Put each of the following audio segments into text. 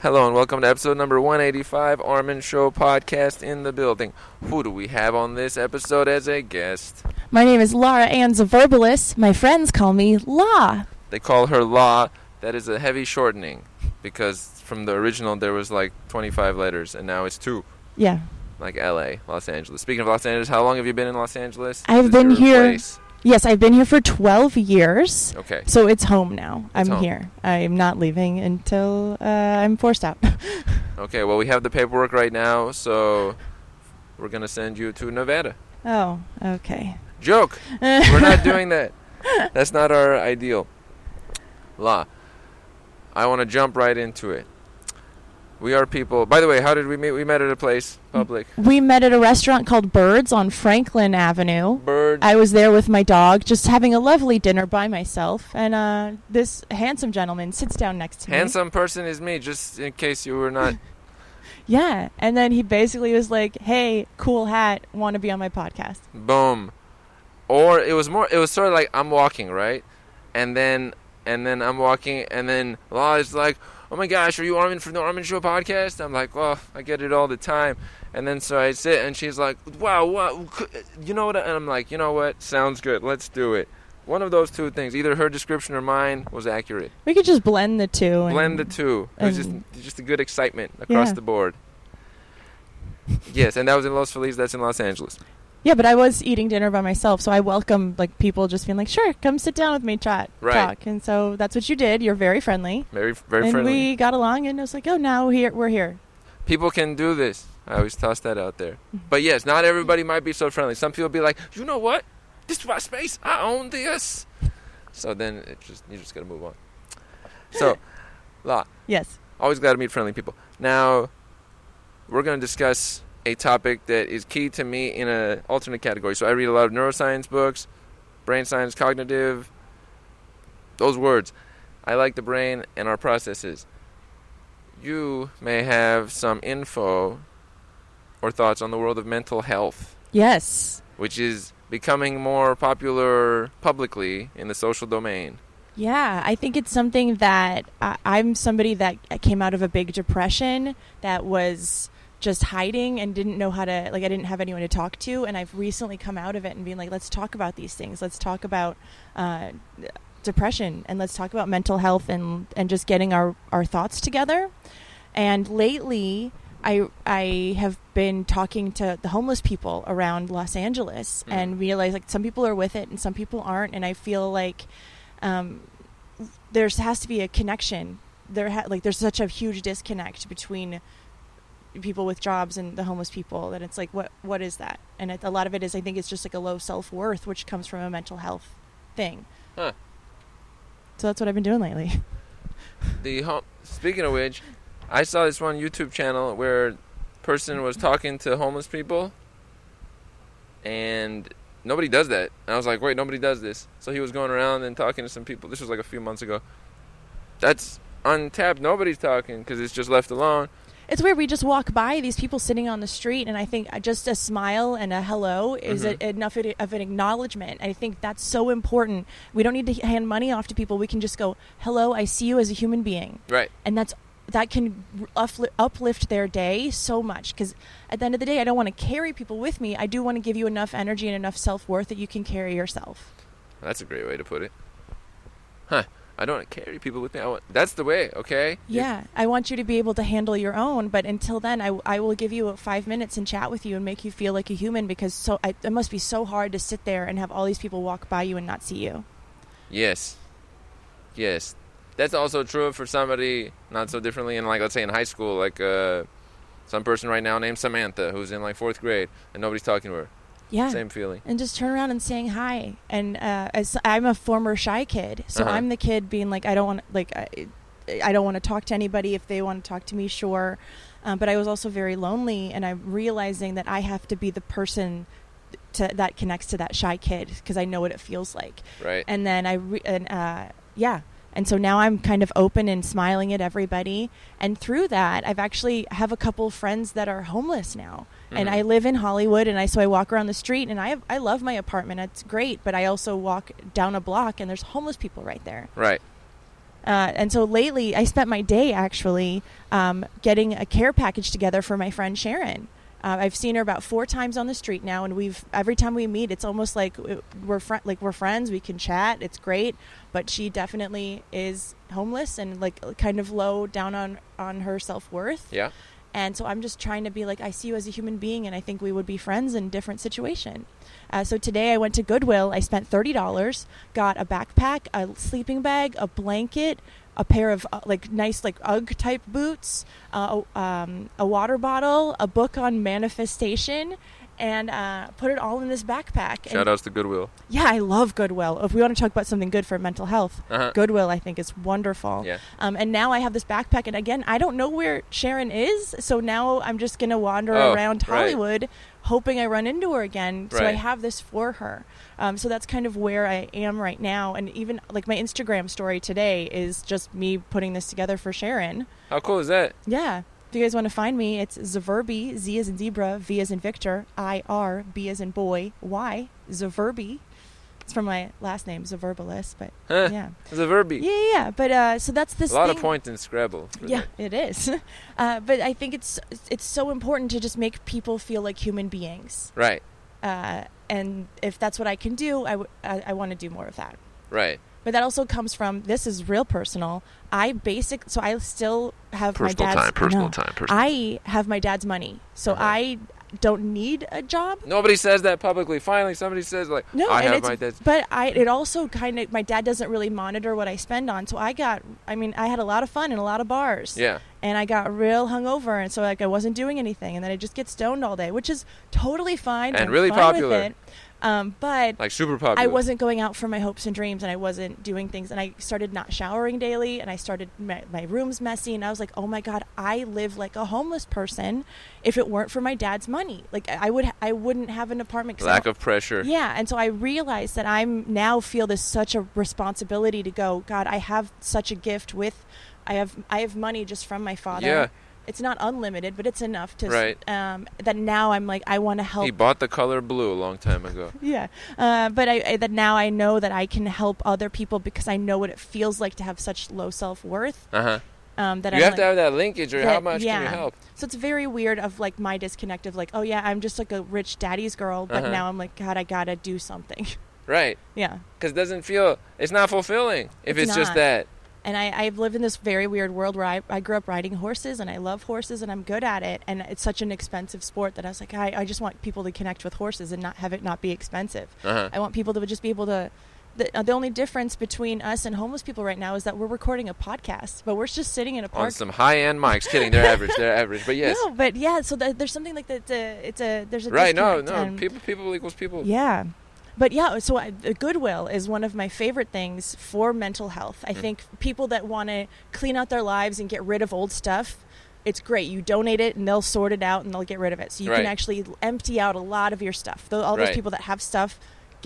Hello and welcome to episode number 185 Armin Show podcast in the building. Who do we have on this episode as a guest? My name is Laura Ann Zaverbalis. My friends call me La. They call her Law. That is a heavy shortening because from the original there was like 25 letters and now it's two, Yeah. like LA, Los Angeles. Speaking of Los Angeles, how long have you been in Los Angeles? I've Is this been your here- place? Yes, I've been here for 12 years. Okay. So it's home now. It's I'm home. here. I'm not leaving until uh, I'm forced out. Okay, well, we have the paperwork right now, so we're going to send you to Nevada. oh, okay. Joke! We're not doing that. That's not our ideal. La. I want to jump right into it. We are people. By the way, how did we meet? We met at a place public. We met at a restaurant called Birds on Franklin Avenue. Bird. I was there with my dog, just having a lovely dinner by myself, and uh, this handsome gentleman sits down next to me. Handsome person is me, just in case you were not. Yeah, and then he basically was like, "Hey, cool hat, want to be on my podcast?" boom. Or it was more. It was sort of like I'm walking, right? And then and then I'm walking, and then La is like, "Oh my gosh, are you Armin from the Armin Show podcast?" I'm like, "Well, I get it all the time." And then so I sit, and she's like, "Wow, wow, c- you know what?" And I'm like, "You know what? Sounds good. Let's do it." One of those two things, either her description or mine, was accurate. We could just blend the two. And Blend the two. It was just and- just a good excitement across Yeah. the board. yes, and that was in Los Feliz. That's in Los Angeles. Yeah, but I was eating dinner by myself, so I welcome like people just being like, "Sure, come sit down with me, chat, Right. talk." And so that's what you did. You're very friendly, Very, very and friendly. we got along. And I was like, "Oh, now here we're here." people can do this. I always toss that out there. But yes, not everybody might be so friendly. Some people be like, you know what? This is my space. I own this. So then it just you just gotta move on. So, La, Yes. always glad to meet friendly people. Now, we're gonna discuss a topic that is key to me in an alternate category. So I read a lot of neuroscience books, brain science, cognitive. Those words. I like the brain and our processes. You may have some info or thoughts on the world of mental health, Yes. which is becoming more popular publicly in the social domain. Yeah, I think it's something that I, I'm somebody that came out of a big depression that was just hiding and didn't know how to like I didn't have anyone to talk to, and I've recently come out of it and being like, let's talk about these things. Let's talk about uh, depression and let's talk about mental health and and just getting our our thoughts together. And lately. I, I have been talking to the homeless people around Los Angeles Mhm. and realize like some people are with it and some people aren't and I feel like um, there's has to be a connection. There, ha- like, there's such a huge disconnect between people with jobs and the homeless people that it's like, what, what is that? And it, a lot of it is, I think, it's just like a low self worth, which comes from a mental health thing. Huh. So that's what I've been doing lately. the hom- speaking of which, I saw this one YouTube channel where person was talking to homeless people, and nobody does that. And I was like, wait, nobody does this. So he was going around and talking to some people. This was like a few months ago. That's untapped. Nobody's talking because it's just left alone. It's weird. We just walk by these people sitting on the street, and I think uh, just a smile and a hello is Mhm. a, enough of- of an acknowledgement. I think that's so important. We don't need to hand money off to people. We can just go, "Hello, I see you as a human being," Right. and that's that can upli- uplift their day so much. Because at the end of the day, I don't want to carry people with me. I do want to give you enough energy and enough self worth that you can carry yourself. That's a great way to put it. Huh. I don't want to carry people with me. I want, that's the way, okay? You- Yeah, I want you to be able to handle your own, but until then, I, I will give you five minutes and chat with you and make you feel like a human because so I, it must be so hard to sit there and have all these people walk by you and not see you. Yes. Yes. That's also true for somebody not so differently in like let's say in high school, like uh some person right now named Samantha who's in like fourth grade and nobody's talking to her. Yeah. Same feeling. And just turn around and saying hi. And uh, as I'm a former shy kid, so Uh-huh. I'm the kid being like, I don't want like I, I don't want to talk to anybody. If they want to talk to me, sure. Um, but I was also very lonely, and I'm realizing that I have to be the person to, that connects to that shy kid because I know what it feels like. Right. and then I re- and uh, yeah, and so now I'm kind of open and smiling at everybody, and through that I've actually have a couple friends that are homeless now, and Mhm. I live in Hollywood, and I so I walk around the street, and I have, I love my apartment, it's great, but I also walk down a block, and there's homeless people right there, Right. Uh, and so lately, I spent my day actually um, getting a care package together for my friend Sharon. Uh, I've seen her about four times on the street now, and we've every time we meet, it's almost like w- we're fri like we're friends. We can chat; it's great. But she definitely is homeless and like kind of low down on on her self worth. Yeah. And so I'm just trying to be like, I see you as a human being, and I think we would be friends in different situation. Uh, so today I went to Goodwill. I spent thirty dollars, got a backpack, a sleeping bag, a blanket, a pair of uh, like nice like UGG type boots, uh, a- um, a water bottle, a book on manifestation, and uh, put it all in this backpack. And- Shout outs to Goodwill. Yeah, I love Goodwill. If we want to talk about something good for mental health, Uh-huh. Goodwill I think is wonderful. Yeah. Um, and now I have this backpack, and again, I don't know where Sharon is, so now I'm just gonna wander Oh, around right. Hollywood, hoping I run into her again. So I Right. have this for her. Um, so that's kind of where I am right now, and even like my Instagram story today is just me putting this together for Sharon. How cool is that? Yeah. If you guys want to find me, it's Zaverbi, Z as in zebra, V as in Victor, I R, B as in boy, Y, Zaverbi. It's from my last name, Zaverbalis, but Huh? yeah. It's a verbi. Yeah, yeah, yeah. But uh, so that's this a lot thing. of points in Scrabble. for Yeah, that. it is. Uh, but I think it's it's so important to just make people feel like human beings. Right. Uh, and if that's what I can do, I, w- I, I want to do more of that. Right. But that also comes from this is real personal. I basic so I still have my dad's no. time. I have my dad's money, so Uh-huh. I don't need a job. Nobody says that publicly. Finally, somebody says like, No, "I and have it's, my dad's." but I it also kind of my dad doesn't really monitor what I spend on, so I got I mean I had a lot of fun in a lot of bars, Yeah. and I got real hungover, and so like I wasn't doing anything, and then I just get stoned all day, which is totally fine And I'm really fine with popular. it. Um, but Like super popular. I wasn't going out for my hopes and dreams, and I wasn't doing things. And I started not showering daily, and I started my, my room's messy. And I was like, "Oh my god, I live like a homeless person. If it weren't for my dad's money, like I would, I wouldn't have an apartment." 'cause I Lack don't- of pressure. yeah, and so I realized that I'm now feel this such a responsibility to go. God, I have such a gift with, I have I have money just from my father. Yeah. It's not unlimited, but it's enough to. s- Right. Um, that now I'm like I want to help He bought the color blue a long time ago. yeah uh, but I, I that now i know that i can help other people because i know what it feels like to have such low self-worth Uh huh. um, that You I'm have like, to have that linkage, or how that- much can you yeah. help? so it's very weird of like my disconnect of like oh yeah i'm just like a rich daddy's girl but Uh-huh. now i'm like god i gotta do something Right. yeah Because it doesn't feel. It's not fulfilling if It's it's, just not. that. and I, I've lived in this very weird world where I, I grew up riding horses and I love horses and I'm good at it. And it's such an expensive sport that I was like, I, I just want people to connect with horses and not have it not be expensive. Uh I want people to just be able to. The, uh, the only difference between us and homeless people right now is that we're recording a podcast, but we're just sitting in a On park. some high end mics. Kidding. They're average. They're average. But yes. No, but yeah. So th- there's something like that. It's a, it's a there's a right. No. No. Disconnect and- People. People equals people. yeah. But yeah, so I, the Goodwill is one of my favorite things for mental health. Mm. I think people that want to clean out their lives and get rid of old stuff, it's great. You donate it and they'll sort it out and they'll get rid of it. So you Right. can actually empty out a lot of your stuff. Tho- all those Right. people that have stuff,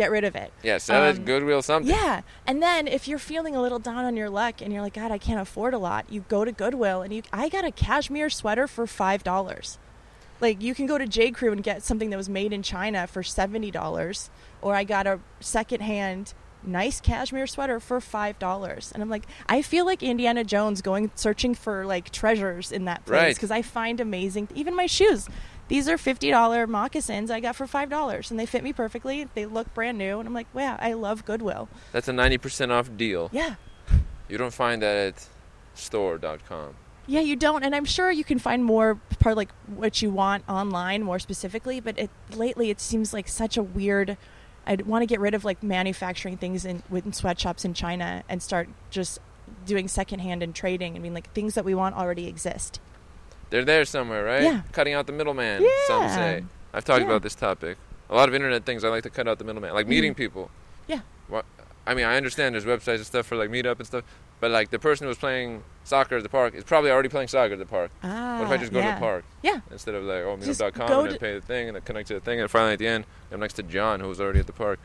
get rid of it. Yeah. Sell it. Um, Goodwill. Something. Yeah. And then if you're feeling a little down on your luck and you're like, God, I can't afford a lot, you go to Goodwill and you I got a cashmere sweater for five dollars. Like you can go to J. Crew and get something that was made in China for seventy dollars, or I got a secondhand nice cashmere sweater for five dollars. And I'm like, I feel like Indiana Jones going searching for like treasures in that place Right. because I find amazing even my shoes. These are fifty dollar moccasins I got for five dollars and they fit me perfectly. They look brand new and I'm like, wow, I love Goodwill. That's a ninety percent off deal. Yeah. You don't find that at store.com. Yeah, you don't, and I'm sure you can find more part like what you want online more specifically. But it, lately, it seems like such a weird. I'd want to get rid of like manufacturing things in with sweatshops in China and start just doing secondhand and trading. I mean, like things that we want already exist. They're there somewhere, right? Yeah. Cutting out the middleman. Some Yeah. say. I've talked Yeah. about this topic. A lot of internet things. I like to cut out the middleman, like meeting people. Mm. Yeah. What? I mean, I understand there's websites and stuff for like meetup and stuff, but like the person who's playing soccer at the park is probably already playing soccer at the park. Ah, what if I just go to the parpark Yeah, instead of like oh Just meetup.com go and I to- pay the thing and I connect to the thing and finally at the end I'm next to John who's already at the park.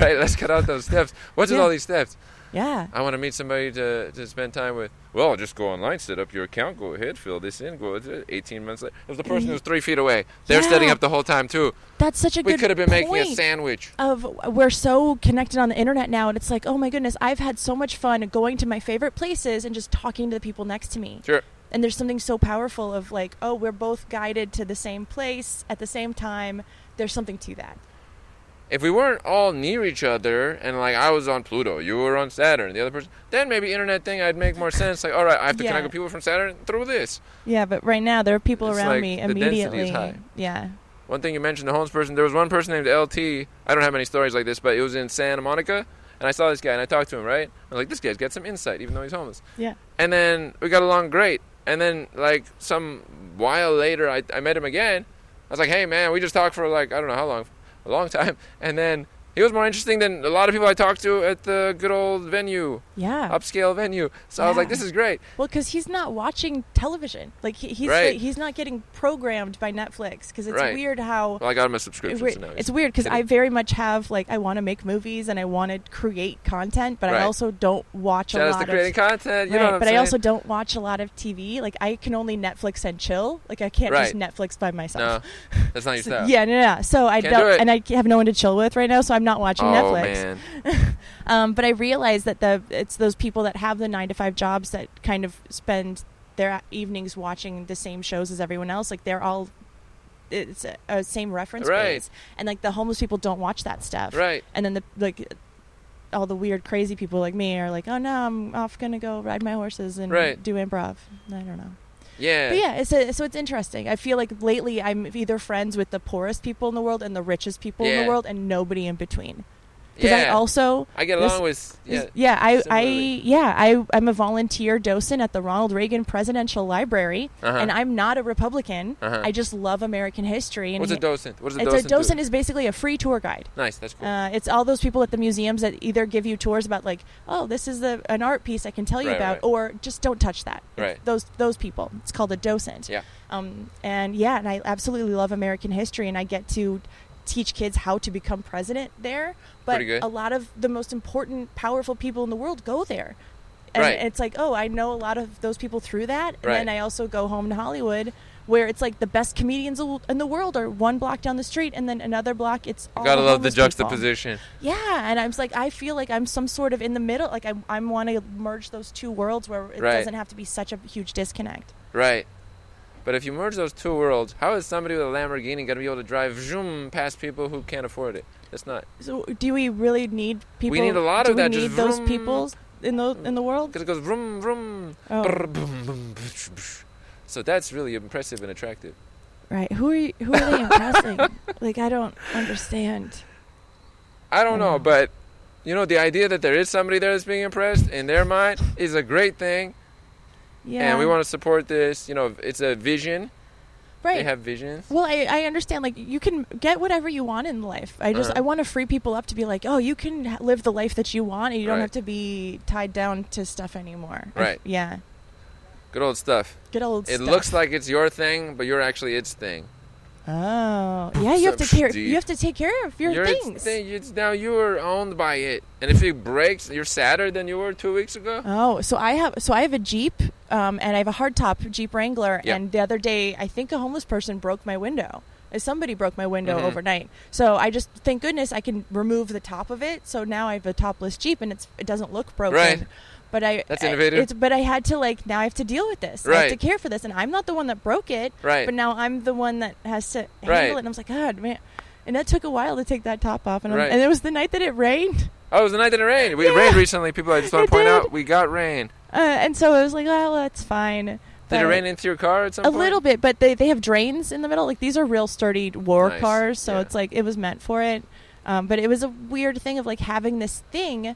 right? Let's cut out those steps. What's with Yeah. all these steps? Yeah. I want to meet somebody to, to spend time with. Well, just go online, set up your account, go ahead, fill this in, go. with it. 18 months later, if the person who's three feet away, they're Yeah. setting up the whole time too. That's such a We good could have been point. making a sandwich. of we're so connected on the internet now and it's like, "Oh my goodness, I've had so much fun going to my favorite places and just talking to the people next to me." Sure. And there's something so powerful of like, "Oh, we're both guided to the same place at the same time." There's something to that. If we weren't all near each other, and like I was on Pluto, you were on Saturn, the other person, then maybe internet thing, I'd make more sense. Like, all right, I have to Yeah. connect with people from Saturn through this. Yeah, but right now there are people It's around like me the density is immediately. high. Yeah. One thing you mentioned, the Holmes person, there was one person named LT. I don't have many stories like this, but it was in Santa Monica, and I saw this guy, and I talked to him, right? I was like, this guy's got some insight, even though he's homeless. Yeah. And then we got along great. And then, like, some while later, I, I met him again. I was like, hey, man, we just talked for, like, I don't know how long, a long time. And then he was more interesting than a lot of people I talked to at the good old venue, Yeah. upscale venue. So I was like, Yeah. this is great. Well, because he's not watching television. Like he, he's Right. he's not getting programmed by Netflix. Because it's Right. weird how Well, I got him a it- subscription. so now he's- it's weird because I kidding. very much have like I want to make movies and I want to create content, but I Right. also don't watch Shout a out lot to of. creating content. You know Right, what I'm but saying? I also don't watch a lot of TV. Like I can only Netflix and chill. Like I can't just Netflix by No, myself. that's not your So- style. yeah, no, no, no. So I Can't don't, do it. and I have no one to chill with right now, so I'm not watching oh, Netflix. man. Um, but I realize that the it's those people that have the nine to five jobs that kind of spend their evenings watching the same shows as everyone else. Like they're all it's a, a same reference Right. base, and like the homeless people don't watch that stuff. Right. And then the like all the weird crazy people like me are like, oh no, I'm off gonna go ride my horses and Right. do improv. I don't know. Yeah. But yeah, it's a, so it's interesting. I feel like lately I'm either friends with the poorest people in the world and the richest people in Yeah. the world and nobody in between. Because I yeah. also I get this- along with. Yeah. yeah, I, I similarly. yeah I I'm a volunteer docent at the Ronald Reagan Presidential Library, Uh-huh. and I'm not a Republican. Uh-huh. I just love American history. And What's a he- docent? What does a it's docent? a do? docent is basically a free tour guide. Nice. That's cool. Uh, it's all those people at the museums that either give you tours about like, oh, this is the, an art piece I can tell you Right, about, right. or just don't touch that. It's Right. Those those people. It's called a docent. Yeah. Um, and yeah, and I absolutely love American history, and I get to teach kids how to become president there. But Pretty good. a lot of the most important, powerful people in the world go there. And Right. it's like, oh, I know a lot of those people through that. And then Right. I also go home to Hollywood where it's like the best comedians al- in the world are one block down the street and then another block it's all Gotta love the homeless people. juxtaposition. Yeah, and I'm just like, I feel like I'm some sort of in the middle. Like I, I want to merge those two worlds where it Right. doesn't have to be such a huge disconnect. Right. But if you merge those two worlds, how is somebody with a Lamborghini gonna be able to drive zoom past people who can't afford it? That's not So, do we really need people? need a lot do of we that, need just those vroom. people in the in the world? because it goes vroom vroom. Oh. brr, boom, boom, psh, psh. So that's really impressive and attractive. Right. Who are you, who are they impressing? like I don't understand. I don't know, Yeah. but you know, the idea that there is somebody there that's being impressed in their mind is a great thing, Yeah. and we want to support this. You know, it's a vision. They right. have visions. well, I, I understand. Like, you can get whatever you want in life. I just Uh-huh. I want to free people up to be like, oh, you can h- live the life that you want, and you don't Right. have to be tied down to stuff anymore. I- Right. yeah. Good old stuff. Good old. It stuff. looks like it's your thing, but you're actually its thing. Oh, yeah. You have to Perception care. deep. You have to take care of your You're its things. thing. It's now you are owned by it, and if it breaks, you're sadder than you were two weeks ago. Oh, so I have so I have a Jeep, um, and I have a hardtop Jeep Wrangler. Yeah. And the other day, I think a homeless person broke my window. Uh, Somebody broke my window Mhm. overnight. So I just thank goodness I can remove the top of it. So now I have a topless Jeep, and it's it doesn't look broken. Right. But I That's I- innovative. it's, but I had to like now I have to deal with this. I have Right. to care for this, and I'm not the one that broke it. Right. But now I'm the one that has to handle Right. it. And I was like, God, man. And that took a while to take that top off, and, I'm- Right. and it was the night that it rained. Oh, it was the night that it rained. We it Yeah. rained recently, people. I just want It to point did. out we got rain. Uh, and so I was like, oh, well, that's fine. Did But- it rain into your car at some a point? little bit, but they, they have drains in the middle. Like these are real sturdy war Nice, cars, so yeah. it's like it was meant for it. Um, but it was a weird thing of like having this thing,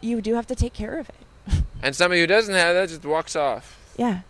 you do have to take care of it. And somebody who doesn't have that just walks off. Yeah,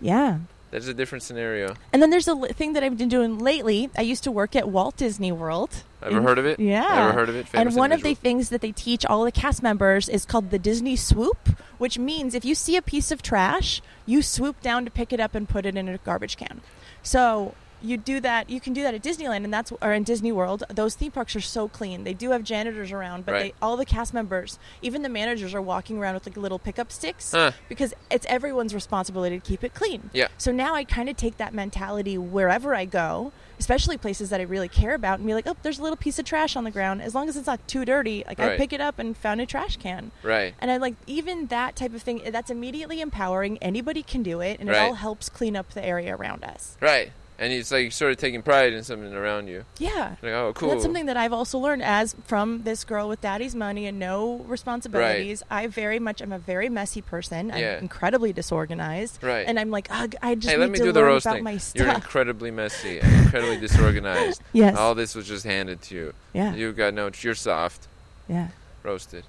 yeah. That's a different scenario. And then there's a li- thing that I've been doing lately. I used to work at Walt Disney World. Ever in- heard of it? Mm. Yeah. Ever heard of it? and Famous one of the individual. things that they teach all the cast members is called the Disney swoop, which means if you see a piece of trash, you swoop down to pick it up and put it in a garbage can. So you do that you can do that at disneyland and that's or in disney world those theme parks are so clean they do have janitors around but Right. they, all the cast members even the managers are walking around with like little pickup sticks Huh. because it's everyone's responsibility to keep it clean Yeah. so now i kind of take that mentality wherever i go especially places that i really care about and be like oh there's a little piece of trash on the ground as long as it's not too dirty like i Right. pick it up and found a trash can Right. and I like even that type of thing. That's immediately empowering. Anybody can do it, and it Right. all helps clean up the area around us. Right. And it's like sort of taking pride in something around you. Yeah, Like, oh, And cool. that's something that I've also learned as from this girl with daddy's money and no responsibilities. I very much am a very messy person. I'm Yeah. incredibly disorganized, Right. and I'm like, Ugh, I just hey, need let me do to learn the roast about thing. my You're stuff. incredibly messy and incredibly disorganized. yes, All this was just handed to you. yeah, You got no. You're soft. yeah. Roasted.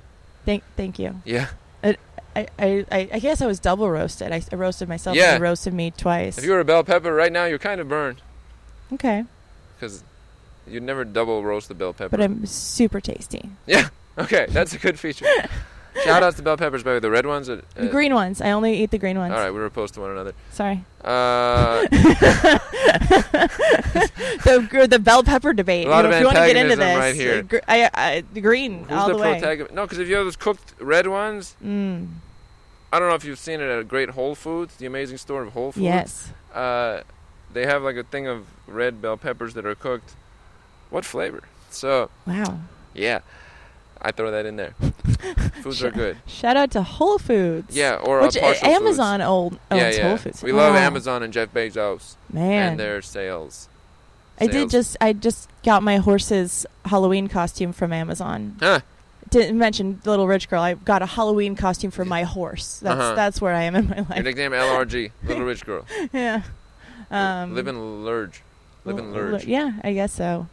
Thank, thank you. Yeah. I, I, I I guess I was double roasted. I, I roasted myself. Yeah. and they roasted me twice. If you were a bell pepper right now, you're kind of burned okay, because you'd never double roast the bell pepper. but I'm super tasty. yeah. Okay. That's a good feature. Shout outs to bell peppers, by the way. The red ones. Are, uh, The green ones. I only eat the green ones. All right. We were opposed to one another. Sorry. Uh, The gr- the bell pepper debate. A lot You know, of if you want to get into antagonism this, right here. uh, gr- I, I, the green who's all the, the, way. protagonist? No, because if you have those cooked red ones, Mm, I don't know if you've seen it at a great Whole Foods, the amazing store of Whole Foods. yes. Uh, they have like a thing of red bell peppers that are cooked. What flavor? So Wow. yeah, I throw that in there. Foods are Sure. good. Shout out to Whole Foods. Yeah, or Which uh, uh, partial Foods. Amazon old owns yeah, yeah. Whole Foods. We love Wow. Amazon and Jeff Bezos Man, and their sales. I did sales. just I just got my horse's Halloween costume from Amazon. Huh. Didn't mention Little Rich Girl. I got a Halloween costume for Yeah. my horse. That's Uh-huh. that's where I am in my Your life. nickname LRG, Little Rich Girl. yeah. Um, Live and Lurge. Live and l- l- Lurge. Yeah, I guess so.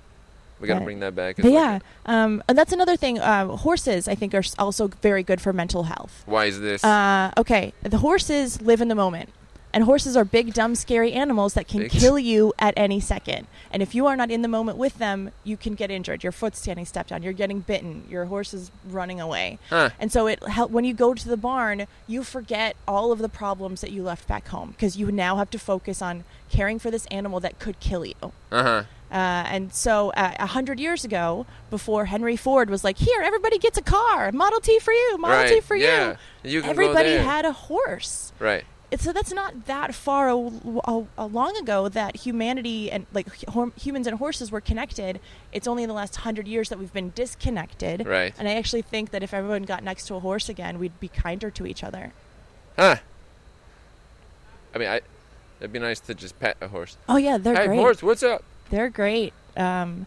We gotta yeah. bring that back. It's But like yeah, um, and that's another thing. Um, horses, I think, are s- also very good for mental health. a- Why is this? Uh, okay, the horses live in the moment, and horses are big, dumb, scary animals that can Big. kill you at any second. And if you are not in the moment with them, you can get injured. Your foot's getting stepped on. You're getting bitten. Your horse is running away. huh. And so it hel- when you go to the barn, you forget all of the problems that you left back home because you now have to focus on caring for this animal that could kill you. Uh huh. Uh, and so, uh, a hundred years ago, before Henry Ford was like, "Here, everybody gets a car, Model T for you, Model Right. T for yeah. you," You can everybody go there. had a horse. Right. And so that's not that far a, a- a long ago that humanity and like hu- hom- humans and horses were connected. It's only in the last hundred years that we've been disconnected. Right. And I actually think that if everyone got next to a horse again, we'd be kinder to each other. Huh. I mean, I. It'd be nice to just pet a horse. Oh yeah, they're hey, great. horse, what's up? They're great. Um,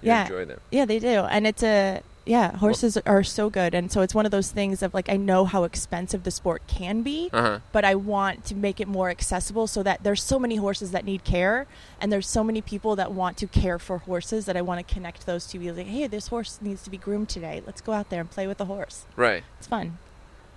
You yeah. enjoy them. Yeah, they do. And it's a yeah, horses are so good. And so it's one of those things of like I know how expensive the sport can be, Uh huh. but I want to make it more accessible so that there's so many horses that need care and there's so many people that want to care for horses that I want to connect those two. Be like, "Hey, this horse needs to be groomed today. Let's go out there and play with the horse." Right. It's fun.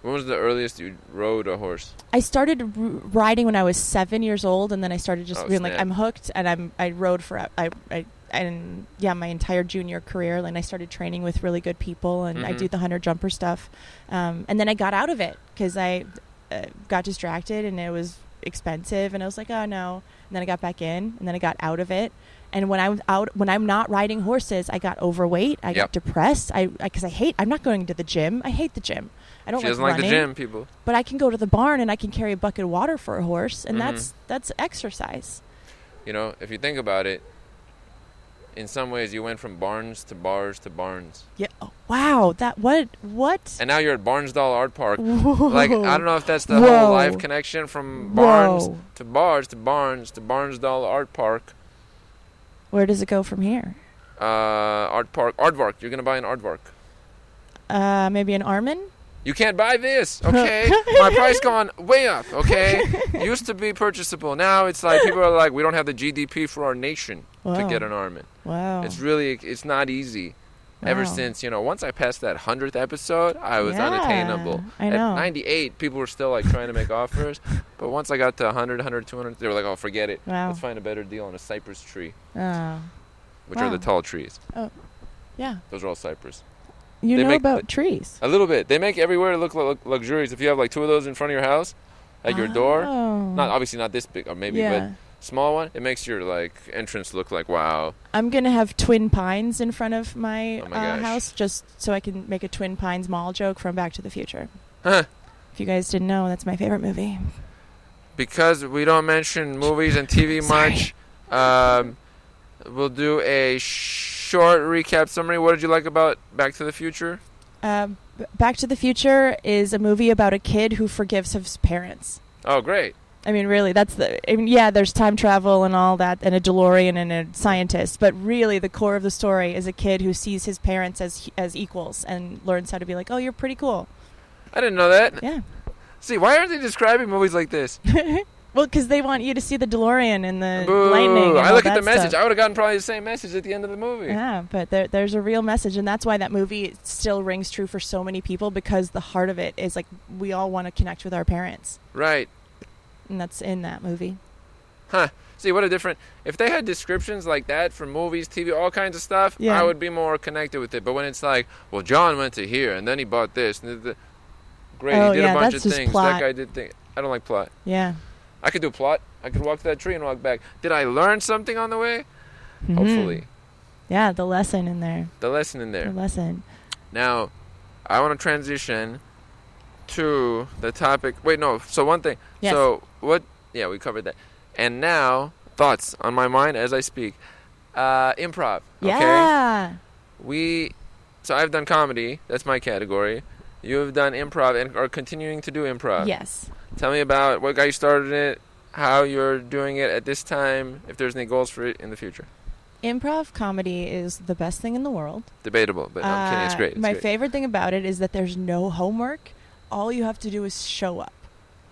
When was the earliest you rode a horse? I started r- riding when I was 7 years old and then I started just Oh, being like snap. I'm hooked and I'm I rode for I, I and yeah, my entire junior career, and I started training with really good people, and I Mhm. do the hunter jumper stuff, um, and then I got out of it because I uh, got distracted, and it was expensive, and I was like, oh no, and then I got back in, and then I got out of it, and when I'm out, when I'm not riding horses, I got overweight, I Yep. got depressed, I because I, hate, I'm not going to the gym, I hate the gym, I don't she doesn't like like running, the gym, people. but I can go to the barn and I can carry a bucket of water for a horse, and Mhm. that's that's exercise. You know, if you think about it, in some ways you went from barns to bars to barns, Yeah. Oh, wow. That what what. and now you're at Barnsdall Art Park. Whoa. Like I don't know if that's the Whoa. whole life connection from barns Whoa. to bars to barns to Barnsdall Art Park. Where does it go from here? Uh, art Park, Aardvark. You're gonna buy an Aardvark. Uh, maybe an Armin? You can't buy this, okay? My price gone way up, okay? Used to be purchasable. Now it's like people are like, we don't have the GDP for our nation to Wow. get an Armin. Wow. It's really, it's not easy. Ever Wow. since you know, once I passed that hundredth episode, I was Yeah, unattainable. I At know. 98, people were still like trying to make offers, but once I got to 100, 100, 200, they were like, "Oh, forget it. Wow. Let's find a better deal on a cypress tree, Oh. which are the Wow. tall trees. Yeah. Those are all cypress. You They know make about the- trees. A little bit. They make everywhere look lu- luxurious. If you have like two of those in front of your house, at your door, Oh. not obviously not this big, or maybe, yeah. but small one, it makes your like entrance look like wow. I'm gonna have twin pines in front of my, Oh my uh, gosh. house just so I can make a twin pines mall joke from Back to the Future. Huh. If you guys didn't know, that's my favorite movie. Because we don't mention movies and TV much, um, we'll do a short recap summary. What did you like about Back to the Future? Um, B- Back to the Future is a movie about a kid who forgives his parents. Oh, great. I mean, really, that's the. I mean, yeah, there's time travel and all that, and a DeLorean and a scientist. But really, the core of the story is a kid who sees his parents as as equals and learns how to be like, "Oh, you're pretty cool." I didn't know that. Yeah. See, why aren't they describing movies like this? Well, because they want you to see the DeLorean and the Boo! lightning. Uh, And I all look at that the message. stuff. Uh-huh. I would have gotten probably the same message at the end of the movie. Yeah, but there, there's a real message, and that's why that movie still rings true for so many people because the heart of it is like we all want to connect with our parents, Right. and that's in that movie. See, what a different. If they had descriptions like that for movies, TV, all kinds of stuff, Yeah. I would be more connected with it. But when it's like, well, John went to here and then he bought this. And th- th- great, Oh, he did yeah, a bunch that's of just things. plot. That guy did things. I don't like plot. Yeah. I could do plot. I could walk to that tree and walk back. Did I learn something on the way? Mhm. Hopefully. Yeah, the lesson in there. The lesson in there. The lesson. Now, I want to transition to the topic. Wait, no. So one thing. Yes. So what? Yeah, we covered that. And now thoughts on my mind as I speak. Uh, improv. Okay. Yeah. We. So I've done comedy. That's my category. You have done improv and are continuing to do improv. yes. Tell me about what got you started in it, how you're doing it at this time, if there's any goals for it in the future. Improv comedy is the best thing in the world. Debatable, but no, I'm kidding. It's Uh, great. It's my great. favorite thing about it is that there's no homework. All you have to do is show up.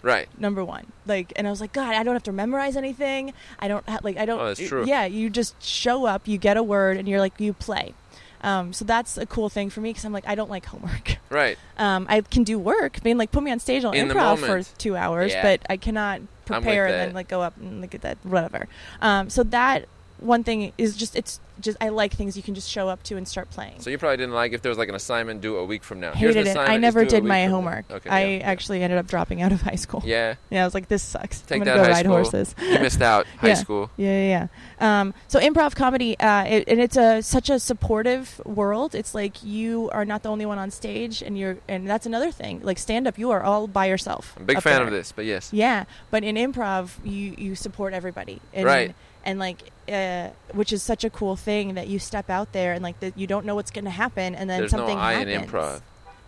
right. Number one, like, and I was like, God, I don't have to memorize anything. I don't ha- like, I don't. Oh, that's true. Yeah, you just show up. You get a word, and you're like, you play. Um, so that's a cool thing for me because I'm like, I don't like homework. Right. Um, I can do work. I mean, like, put me on stage, I'll In the improv moment. for two hours, Yeah. but I cannot with prepare and that. then like go up and look at that, whatever. Um, so that one thing is just it's just I like things you can just show up to and start playing. So you probably didn't like if there was like an assignment due a week from now. Here's Hated the it. assignment, I just never do it a did week my from now. homework. Okay, I yeah, yeah. actually ended up dropping out of high school. Yeah, Yeah, I was like, this sucks. Take I'm that gonna go high ride school. horses. you missed out high Yeah. school. Yeah, yeah, yeah. Um, so improv comedy, uh, it, and it's a such a supportive world. It's like you are not the only one on stage, and you're, and that's another thing. Like stand up, you are all by yourself. I'm a big up fan there. of this, but yes. Yeah, but in improv, you you support everybody, and, Right. And like, uh, which is such a cool thing that you step out there and like that you don't know what's going to happen, and then There's no something I happens. in improv.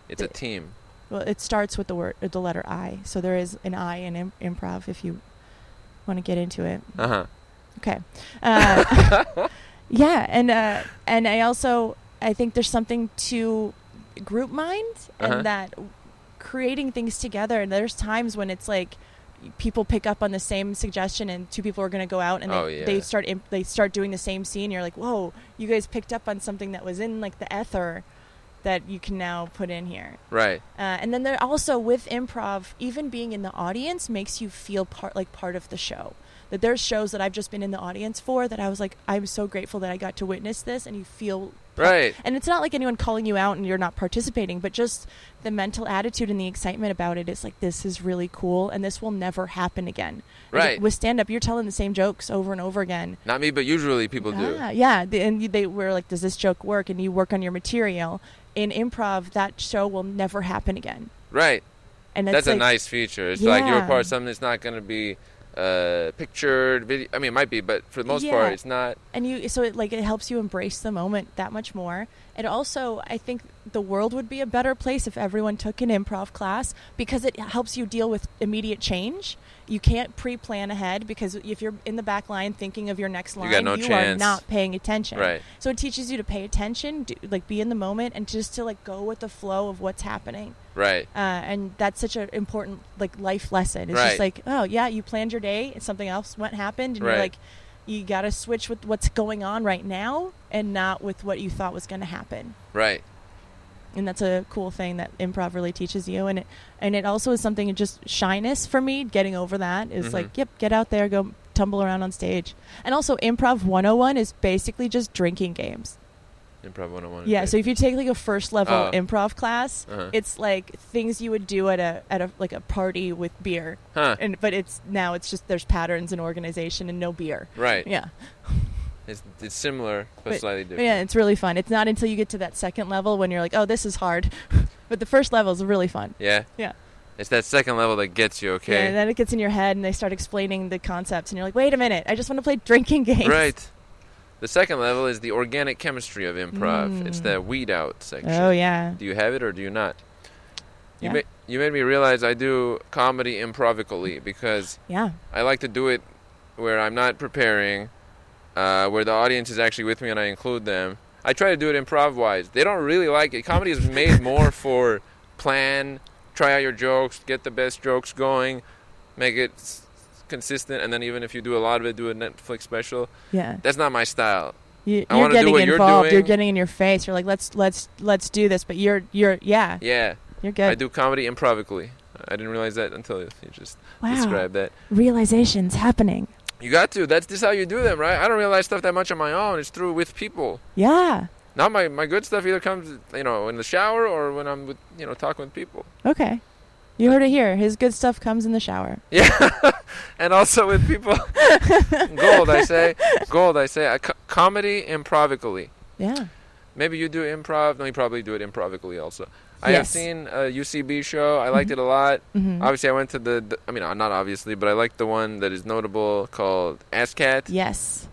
It's a Th- team. Well, it starts with the word, uh, the letter I. So there is an I in Im- improv if you want to get into it. Uh huh. Okay. Uh, yeah, and uh, and I also I think there's something to group mind and Uh-huh. that creating things together. And there's times when it's like people pick up on the same suggestion and two people are going to go out and they, Oh, yeah. they start imp- they start doing the same scene. You're like, whoa, you guys picked up on something that was in like the ether that you can now put in here. Right. Uh, and then there also with improv, even being in the audience makes you feel part like part of the show. That there's shows that I've just been in the audience for that I was like, I'm so grateful that I got to witness this, and you feel Right. And it's not like anyone calling you out and you're not participating, but just the mental attitude and the excitement about it. It's like this is really cool, and this will never happen again. Like, Right. with stand up, you're telling the same jokes over and over again, Not me, but usually people do. yeah, yeah. The, and you- they were like, "Does this joke work?" And you work on your material. In improv, that show will never happen again. Right. And That's, that's, a like, nice feature. It's like you're a Yeah. part of something that's not going to be uh, pictured. Video. I mean, it might be, but for the most Yeah. part, it's not. And you, so it like it helps you embrace the moment that much more. It also, I think, the world would be a better place if everyone took an improv class because it helps you deal with immediate change. You can't pre-plan ahead because if you're in the back line thinking of your next You line, got no are chance. not paying attention. Right. So it teaches you to pay attention, do, like be in the moment, and just to like go with the flow of what's happening. Right. uh, and that's such an important like life lesson. It's Right. just like, oh yeah, you planned your day, and something else went happened, and Right. you're like, you got to switch with what's going on right now, and not with what you thought was going to happen. Right. And that's a cool thing that improv really teaches you, and it and it also is something just shyness for me. Getting over that is Mhm. like, yep, get out there, go oh tumble around on stage, and also improv 101 is basically just drinking games. Improv 101. Yeah, so if you take like a first level Oh. improv class, uh it's like things you would do at a at a like a party with beer. huh. And but it's now it's just there's patterns and organization and no beer. Right. Yeah. It's, it's similar but, But- slightly But different. yeah, it's really fun. It's not until you get to that second level when you're like, "Oh, this is hard." but the first level is really fun. Yeah. Yeah. It's that second level that gets you. Yeah, Okay. and then it gets in your head and they start explaining the concepts and you're like, "Wait a minute. I just want to play drinking games." right. The second level is the organic chemistry of improv. It's Mm. the weed out section. Oh yeah. Do you have it or do you not? You, Yeah. ma- you made me realize I do comedy improvically because Yeah. I like to do it where I'm not preparing, uh, where the audience is actually with me and I include them. I try to do it improv wise. They don't really like it. Comedy is made more for plan, try out your jokes, get the best jokes going, make it s- consistent, and then even if you do a lot of it, do a Netflix special. Yeah. That's not my style. You, I you're wanna do getting what you're involved. doing. getting in your face. You're like, "Let's let's let's do this." But you're you're yeah. Yeah, You're I good. do comedy improvically. I didn't realize that until you just wow. described that. Realizations happening. You got to. That's just how you do them, right? I don't realize stuff that much on my own. It's through with people. Yeah. Not my, my good stuff either comes, you know, in the shower or when I'm with, you know, talking with people. Okay. You heard it here. His good stuff comes in the shower. Yeah. and also with people. gold, I say. Gold, I say. I co- comedy improvically. Yeah. Maybe you do improv. No, you probably do it improvically also. I have Yes. seen a UCB show. I liked it a lot. hmm Obviously, I went to the, the, I mean, uh, not obviously, but I liked the one that is notable called Ass Cat. Yes.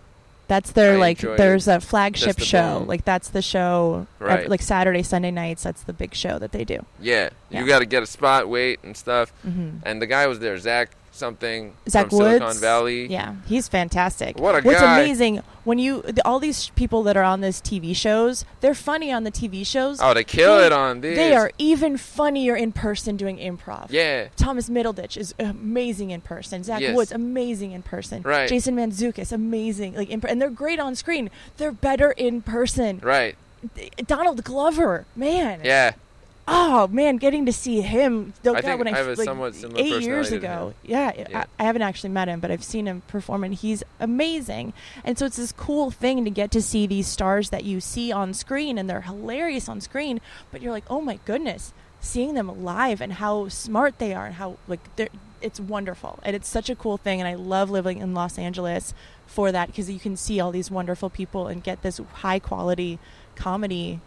That's their I like. enjoy- There's a flagship that's the show. bomb. Like that's the show. ev- Right. like Saturday, Sunday nights. That's the big show that they do. Yeah. You Yeah. got to get a spot, wait, and stuff. hmm and the guy was there, Zach something Zach from Silicon Woods? Valley. Yeah, he's fantastic. What a What's guy. amazing when you the, all these people that are on these TV shows, they're funny on the TV shows. Oh, they kill They- it on these. They are even funnier in person doing improv. Yeah, Thomas Middleditch is amazing in person. Zach Yes. Woods, amazing in person. Right. Jason Manzukis, amazing. Like, in, per- and they're great on screen. They're better in person. right. D- Donald Glover, man. Yeah, Oh man, getting to see him. Though, I God, think when I have a like, somewhat similar eight personality years to ago. Yeah, Yeah. I, I haven't actually met him, but I've seen him perform, and he's amazing. And so it's this cool thing to get to see these stars that you see on screen, and they're hilarious on screen. But you're like, oh my goodness, seeing them live and how smart they are, and how like they're. It's wonderful, and it's such a cool thing, and I love living in Los Angeles for that because you can see all these wonderful people and get this high quality comedy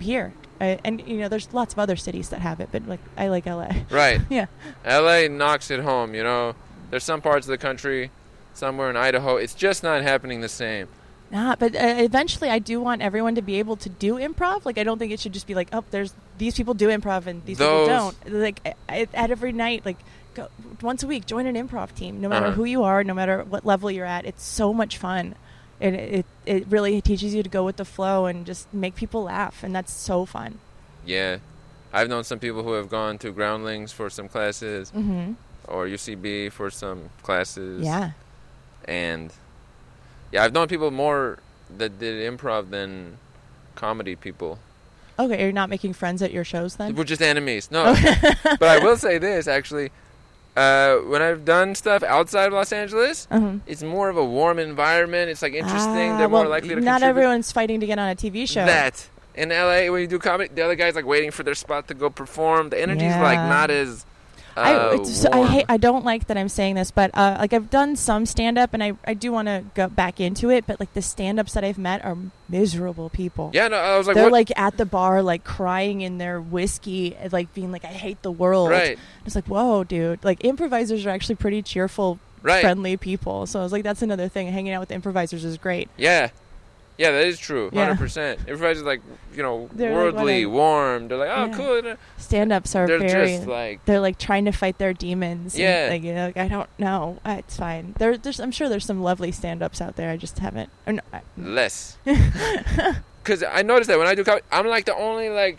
here. I, and you know, there's lots of other cities that have it, but like I like LA. right. Yeah. L.A. knocks it home. You know, there's some parts of the country, somewhere in Idaho, it's just not happening the same. Not, but uh, eventually I do want everyone to be able to do improv. Like I don't think it should just be like, oh, there's these people do improv and these Those- people don't. Like I, I- at every night, like go, once a week, join an improv team. No matter Uh-huh. who you are, no matter what level you're at, it's so much fun, and it it really teaches you to go with the flow and just make people laugh, and that's so fun. Yeah, I've known some people who have gone to Groundlings for some classes Mm-hmm. or UCB for some classes. Yeah. and yeah, I've known people more that did improv than comedy people. Okay, you're not making friends at your shows then. We're just enemies. No. but I will say this actually. Uh, when I've done stuff outside of Los Angeles, Uh-huh. it's more of a warm environment. It's like interesting. Ah, They're more well, likely to Not contribute. everyone's fighting to get on a TV show. That in LA, when you do comedy, the other guy's like waiting for their spot to go perform. The energy's like Yeah. not as. Uh, I, it's- so I warm. hate. I don't like that I'm saying this, but uh, like I've done some stand up, and I, I do want to go back into it. But like the stand ups that I've met are miserable people. Yeah, no, I was like, They're what? like at the bar, like crying in their whiskey, and, like being like, "I hate the world." right, It's like, whoa, dude. Like improvisers are actually pretty cheerful, right. friendly people. So I was like, that's another thing. Hanging out with improvisers is great. Yeah, yeah, that is true. Yeah. Hundred percent. Everybody's like, you know, They're like, worldly, what warm. They're like, oh, Yeah. cool. Stand ups are They're very just like, they're like trying to fight their demons. and, Yeah. like, you know, like, I don't know. Uh, It's fine. There, there's, I'm sure there's some lovely stand-ups out there. I just haven't. Or no, I- oh, less. Because I noticed that when I do comedy, I'm like the only like,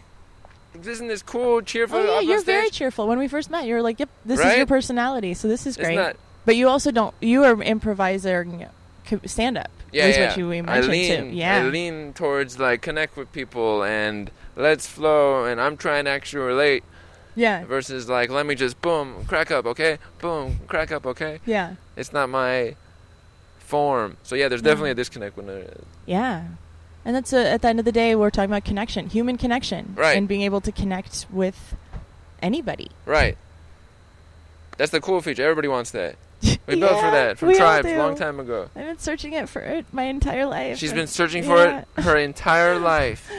isn't this cool, cheerful? oh yeah, up on you're stage? very cheerful. When we first met, you were like, "Yep, this is your Right? personality." So this is It's great. not. but you also don't. You are improvising co- stand-up. Yeah, is yeah. what you we I mentioned lean. too. Yeah. I lean towards like connect with people and let's flow. And I'm trying to actually relate yeah. versus like let me just boom crack up, okay? Boom crack up, okay? Yeah. It's not my form. So yeah, there's No. Mm. definitely a disconnect when. I, Yeah. And that's a, at the end of the day, we're talking about connection, human connection, Right. and being able to connect with anybody. Right. That's the cool feature. Everybody wants that. We yeah, built for that from we all tribes do. a long time ago. I've been searching it for it my entire life. She's and- been searching for yeah. it her entire life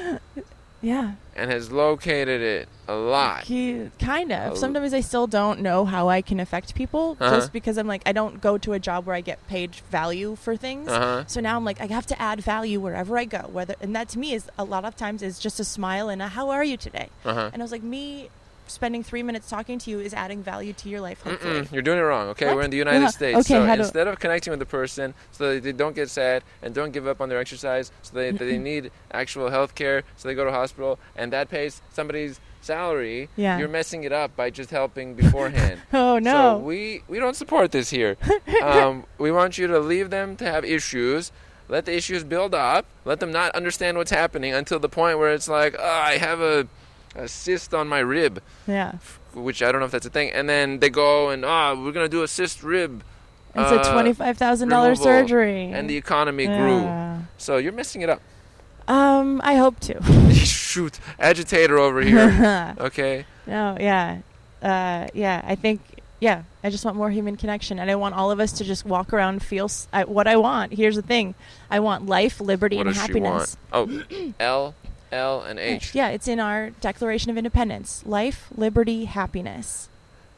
Yeah, and has located it a lot. Ki- kind of. Oh. Sometimes I still don't know how I can affect people Uh-huh. just because I'm like I don't go to a job where I get paid value for things. Uh huh. So now I'm like I have to add value wherever I go. Whether and that to me is a lot of times is just a smile and a how are you today. Uh huh. And I was like me spending three minutes talking to you is adding value to your life. Hopefully, Mm-mm, you're doing it wrong. Okay, What? we're in the United Yeah, States, okay, so how do- instead of connecting with the person, so that they don't get sad and don't give up on their exercise, so they they need actual health care, so they go to hospital, and that pays somebody's salary. Yeah. you're messing it up by just helping beforehand. oh So no, we we don't support this here. um, we want you to leave them to have issues. Let the issues build up. Let them not understand what's happening until the point where it's like, oh, I have a, a cyst on my rib, yeah, which I don't know if that's a thing. And then they go and, ah, we're going to do a cyst rib. it's uh, a twenty five thousand removal dollars surgery. And the economy grew. Yeah. So you're messing it up. Um, I hope to. Shoot. Agitator over here. okay. No, yeah. Uh, yeah, I think, yeah, I just want more human connection. And I want all of us to just walk around, feel s- I, what I want. Here's the thing I want life, liberty, What and does happiness. she want? Oh, L, L, and H. Yeah, it's in our Declaration of Independence life, liberty, happiness.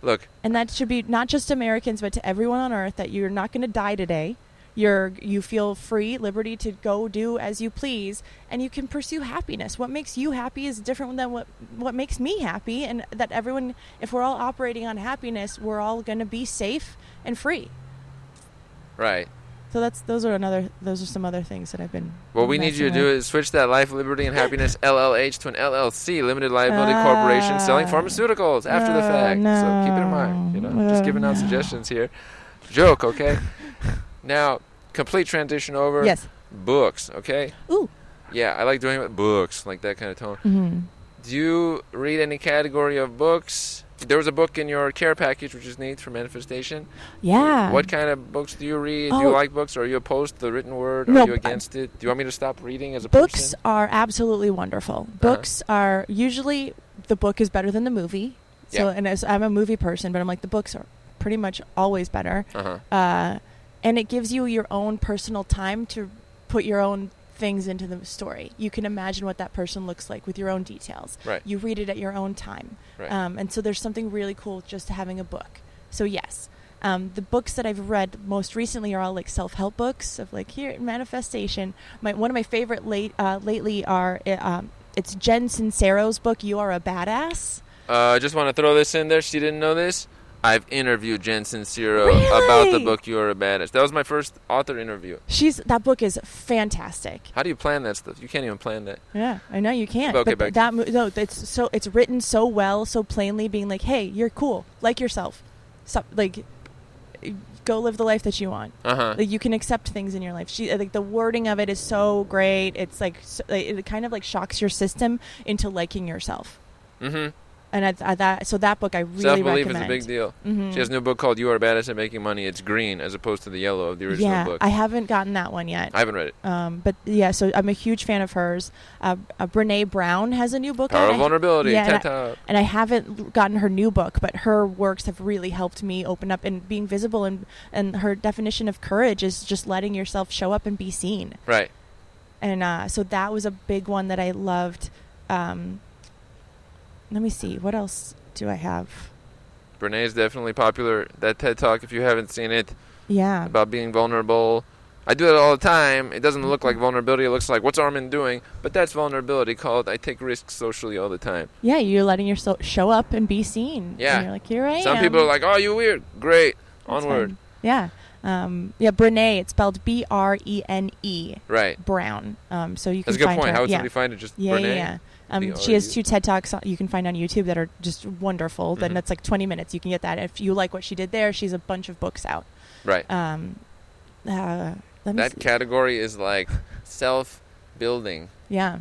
Look, And that should be not just Americans, but to everyone on earth that you're not going to die today. You're, you feel free, liberty to go do as you please, and you can pursue happiness. What makes you happy is different than what, what makes me happy, and that everyone, if we're all operating on happiness, we're all going to be safe and free. right. So that's those are another those are some other things that I've been. What we need you to do is switch that life, liberty, and happiness LLH to an LLC, limited liability corporation, selling Ah. pharmaceuticals after the No, fact. So keep it in mind. You know, just no, giving out no. suggestions here. Joke, okay? now, complete transition over. yes. Books, okay? Ooh. Yeah, I like doing it with books, like that kind of tone. hmm Do you read any category of books? There was a book in your care package, which is neat for manifestation. Yeah. What kind of books do you read? Do you Oh. like books? Are you opposed to the written word? No, Are you I- against it? Do you want me to stop reading as a person? Books are absolutely wonderful. Books are usually the book is better than the movie. So, Yeah. and as, I'm a movie person, but I'm like the books are pretty much always better. Uh-huh. Uh, and it gives you your own personal time to put your own things into the story. You can imagine what that person looks like with your own details. Right. You read it at your own time. Right. Um, and so there's something really cool with just having a book. So yes, um, the books that I've read most recently are all like self-help books of like here manifestation. My one of my favorite late uh, lately are uh, um, it's Jen Sincero's book "You Are a Badass." Uh, I just want to throw this in there. She didn't know this. I've interviewed Jen Sincero about the Really? book You Are a Badass. That was my first author interview. She's that book is fantastic. How do you plan that stuff? You can't even plan that. Yeah, I know you can't. Okay, but back- that mo- no, it's so it's written so well, so plainly, being like, "Hey, you're cool. Like yourself. Stop. Like, go live the life that you want. Uh huh. Like, you can accept things in your life." She like the wording of it is so great. It's like so, like, it kind of like shocks your system into liking yourself. Mm And I, I, that so that book I hmm. really Self belief is recommend. a big deal. Mhm. She has a new book called You Are a Badass at Making Money. It's green as opposed to the yellow of the original yeah, book. Uh. I haven't gotten that one yet. I haven't read it. um, but yeah, so I'm a huge fan of hers. Uh, uh, Brene Brown has a new book. Power out. of Vulnerability. yeah, and I- ta-ta. and I haven't gotten her new book, but her works have really helped me open up and being visible and and her definition of courage is just letting yourself show up and be seen. Right. And uh, so that was a big one that I loved. Um, let me see, what else do I have? Brene is definitely popular. That TED Talk, if you haven't seen it, Yeah, about being vulnerable. I do that all the time. It doesn't look Mm-hmm. like vulnerability. It looks like what's Armin doing? But that's vulnerability called I take risks socially all the time. yeah, you're letting yourself show up and be seen. Yeah. and you're like here I Some am. people are like, "Oh, you weird." Great. That's Onward. fine. Yeah, um, yeah, Brene. It's spelled B R E N E Right. Brown. Um, so you can That's a good find point. her. How would yeah. somebody find it? Just Yeah, Brene? yeah, yeah. Um, The she has RU. two TED Talks you can find on YouTube that are just wonderful. Then Mhm. that's like 20 minutes. You can get that if you like what she did there. She's a bunch of books out. Right. Um, uh, let me That see. category is like self-building. yeah,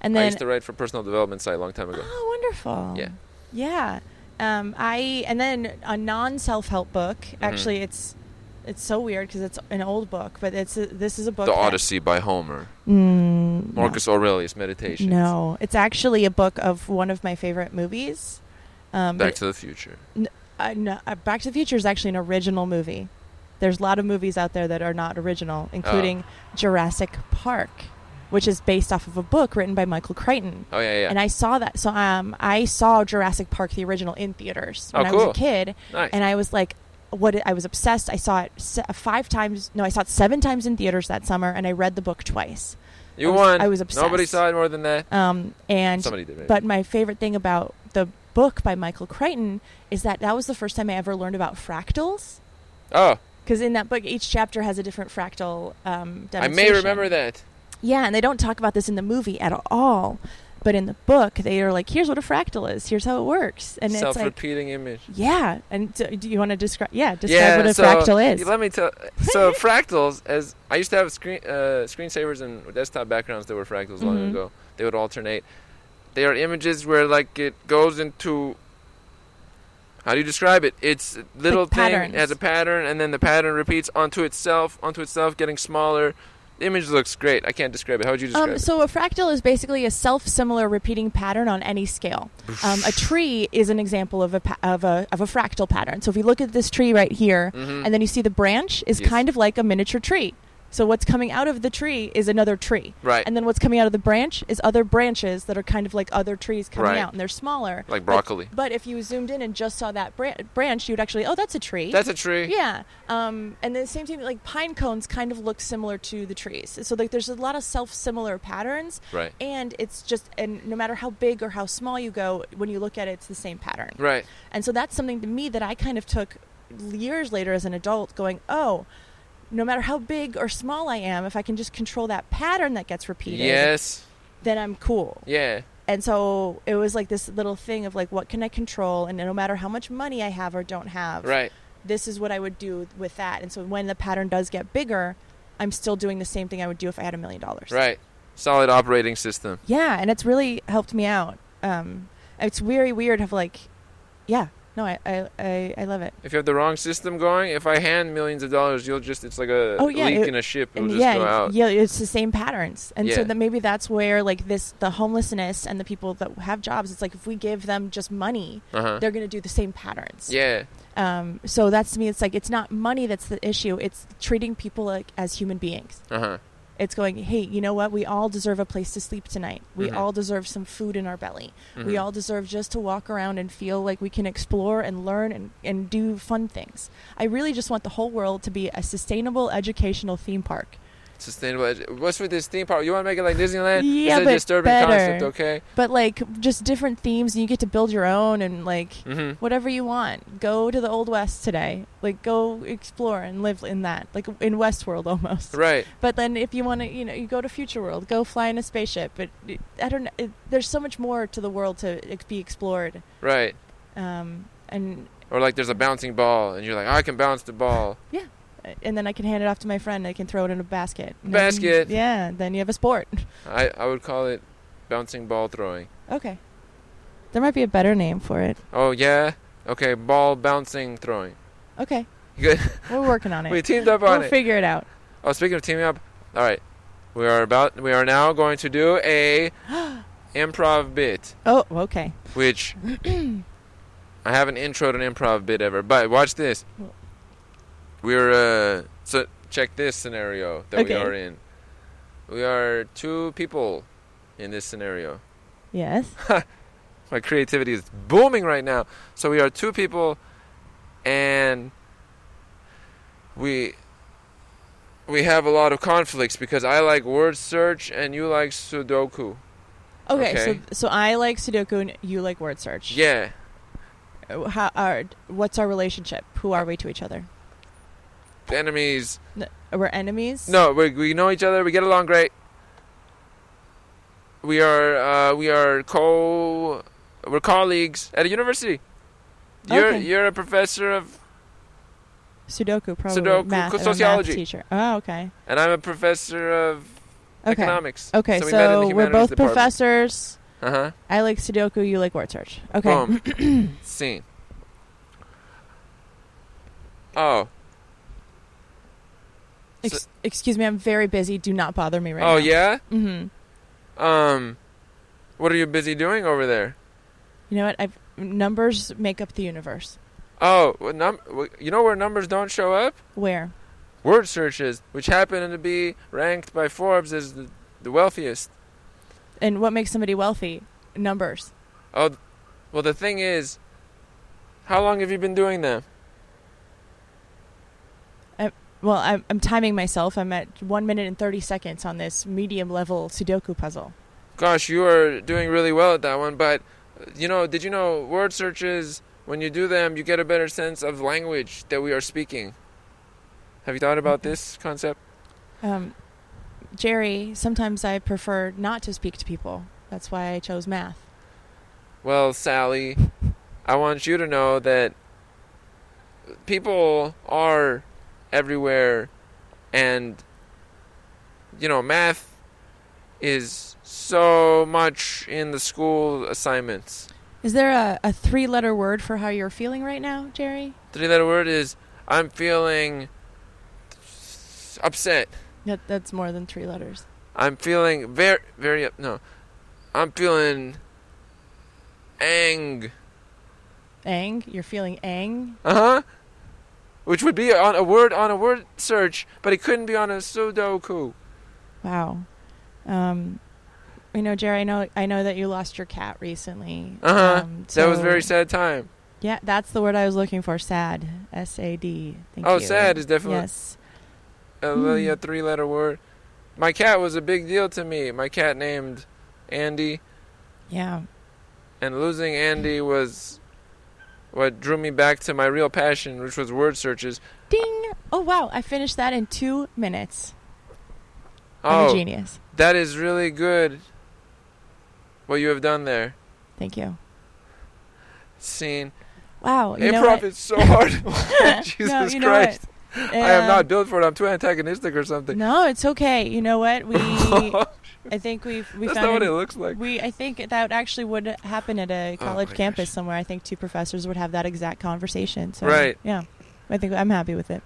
and I then used to write for personal development site a long time ago. oh, wonderful. Yeah. yeah. Um, I and then a non self help book. Mm-hmm. Actually, it's it's so weird because it's an old book, but it's a, this is a book. the that- Odyssey by Homer. Mm, Um, no. Marcus Aurelius Meditations. No, it's actually a book of one of my favorite movies. Um, Back but to the Future. I- no, uh, Back to the Future is actually an original movie. There's a lot of movies out there that are not original, Oh. including Jurassic Park, which is based off of a book written by Michael Crichton. Oh yeah, yeah. And I saw that. So um, I saw Jurassic Park, the original, in theaters when Oh, I was cool. a kid, nice. and I was like, what? I was obsessed. I saw it se- uh, five times. No, I saw it seven times in theaters that summer, and I read the book twice. you I was- won. I was obsessed. Nobody saw it more than that. Um, and Somebody did. Maybe. but my favorite thing about the book by Michael Crichton is that that was the first time I ever learned about fractals. oh, Because in that book, each chapter has a different fractal I um, may demonstration. remember that. Yeah, and they don't talk about this in the movie at all. But in the book, they are like, here's what a fractal is, here's how it works. And it's like, Self-repeating image. yeah. And so, do you want to describe? Yeah, describe yeah, what a so fractal is. Let me tell. So fractals, as I used to have screen uh, screensavers and desktop backgrounds that were fractals long Mhm. ago. They would alternate. They are images where like it goes into. How do you describe it? It's a little thing patterns. as a pattern, and then the pattern repeats onto itself, onto itself, getting smaller. The image looks great. I can't describe it. How would you describe Um, it? so a fractal is basically a self-similar repeating pattern on any scale. Um, a tree is an example of a pa- of a of a fractal pattern. So if you look at this tree right here, Mhm. and then you see the branch is Yes. kind of like a miniature tree. So what's coming out of the tree is another tree, right, and then what's coming out of the branch is other branches that are kind of like other trees coming Right. out, and they're smaller. like But- broccoli. But, if you zoomed in and just saw that bran- branch, you'd actually oh that's a tree. That's a tree. Yeah, um, and the same thing. Like pine cones, kind of look similar to the trees. So like, there's a lot of self-similar patterns, Right. and it's just, and no matter how big or how small you go, when you look at it, it's the same pattern. Right. And so that's something to me that I kind of took years later as an adult, going, oh, no matter how big or small I am, if I can just control that pattern that gets repeated, Yes. then I'm cool. Yeah. And so it was like this little thing of like, what can I control? And no matter how much money I have or don't have, Right. this is what I would do with that. And so when the pattern does get bigger, I'm still doing the same thing I would do if I had a million dollars. Right. Solid operating system. Yeah, and it's really helped me out. Um, it's very weird of like, yeah, no, I I, I, I love it. If you have the wrong system going, if I hand millions of dollars, you'll just it's like a Oh, yeah, leak it- in a ship. It'll And just yeah, go out. yeah, it's the same patterns, and so Yeah. that maybe that's where like this the homelessness and the people that have jobs. It's like if we give them just money, Uh-huh. they're going to do the same patterns. Yeah. Um, so that's to me, it's like it's not money that's the issue. It's treating people like as human beings. Uh-huh. It's going, hey, you know what? We all deserve a place to sleep tonight. We Mhm. all deserve some food in our belly. We Mhm. all deserve just to walk around and feel like we can explore and learn and, and do fun things. I really just want the whole world to be a sustainable educational theme park. Sustainable. edu- What's with this theme park? You want to make it like Disneyland? Yeah, it's a but disturbing better. concept, okay? But like just different themes and you get to build your own and like Mhm. whatever you want. Go to the old west today. Like go explore and live in that. Like in Westworld almost. Right. But then, if you want to, you know, you go to Future World, go fly in a spaceship. But it- I don't know. It, there's so much more to the world to ex- be explored. Right. Um, and Or like there's a bouncing ball and you're like, "I can bounce the ball." and then I can hand it off to my friend. I can throw it in a basket. And Basket. Then, yeah. Then you have a sport. I I would call it bouncing ball throwing. Okay. There might be a better name for it. Oh, yeah. Okay, ball bouncing throwing. Okay. Good. We're working on it. we teamed up on we'll it. figure it out. Oh, speaking of teaming up, all right, we are about we are now going to do a improv bit, Oh, okay. which I haven't introed an improv bit ever. But watch this. We're uh, so check this scenario that we Okay. are in. We are two people in this scenario. Yes. My creativity is booming right now. So we are two people, and we we have a lot of conflicts because I like word search and you like Sudoku. Okay. Okay. So, so I like Sudoku and you like word search. Yeah, Uh, How are? What's our relationship? Who are we to each other? enemies. We're enemies. No, we we know each other. We get along great. We are uh, we are co we're colleagues at a university. You're Okay. you're a professor of Sudoku, probably. Sudoku, math, I'm a math sociology. teacher. Oh, okay. and I'm a professor of Okay. economics. Okay, we so, met in the we're humanities both department. professors. Uh huh. I like Sudoku, you like word search. Okay. Boom. Um, Scene. Oh. Ex- excuse me, I'm very busy. Do not bother me right now. oh yeah? Mm-hmm. Um, what are you busy doing over there? You know what? I've numbers make up the universe. Oh, what num- wh- you know where numbers don't show up? Where? Word searches, which happen to be ranked by Forbes as the, the wealthiest. And what makes somebody wealthy? Numbers. Oh, th- well, the thing is, how long have you been doing them? Well, I'm, I'm timing myself. I'm at one minute and 30 seconds on this medium level Sudoku puzzle. Gosh, you are doing really well at that one, but uh, you know, did you know word searches, when you do them, you get a better sense of language that we are speaking? Have you thought about this concept? Um, Jerry, sometimes I prefer not to speak to people. That's why I chose math. Well, Sally, I want you to know that people are everywhere, and you know, math is so much in the school assignments. Is there a, a three letter word for how you're feeling right now, Jerry? Three letter word is I'm feeling upset. That, that's more than three letters. I'm feeling very, very, up- no, I'm feeling ang. Ang? You're feeling ang? Uh huh. Which would be on a word on a word search, but it couldn't be on a Sudoku. Wow. Um, you know, Jerry, I know, I know that you lost your cat recently. Uh-huh. Um, that was so- very sad time. Yeah, that's the word I was looking for. Sad. S A D. Thank Oh, you. sad is definitely- Yes. A really a three letter word. My cat was a big deal to me. My cat named Andy, Yeah. and losing Andy was what drew me back to my real passion, which was word searches. Ding. Oh wow, I finished that in two minutes. I'm a Oh, genius. that is really good. What you have done there, Thank you. scene. Wow. You know Improv what? is so hard. Jesus no, you know Christ! What? I am Um, not built for it. I'm too antagonistic or something. No, it's okay. You know what? We, I think we've we That's found. not what it looks like. we, I think that actually would happen at a Oh college my campus gosh. somewhere. I think two professors would have that exact conversation. So, Right. Yeah. I think I'm happy with it.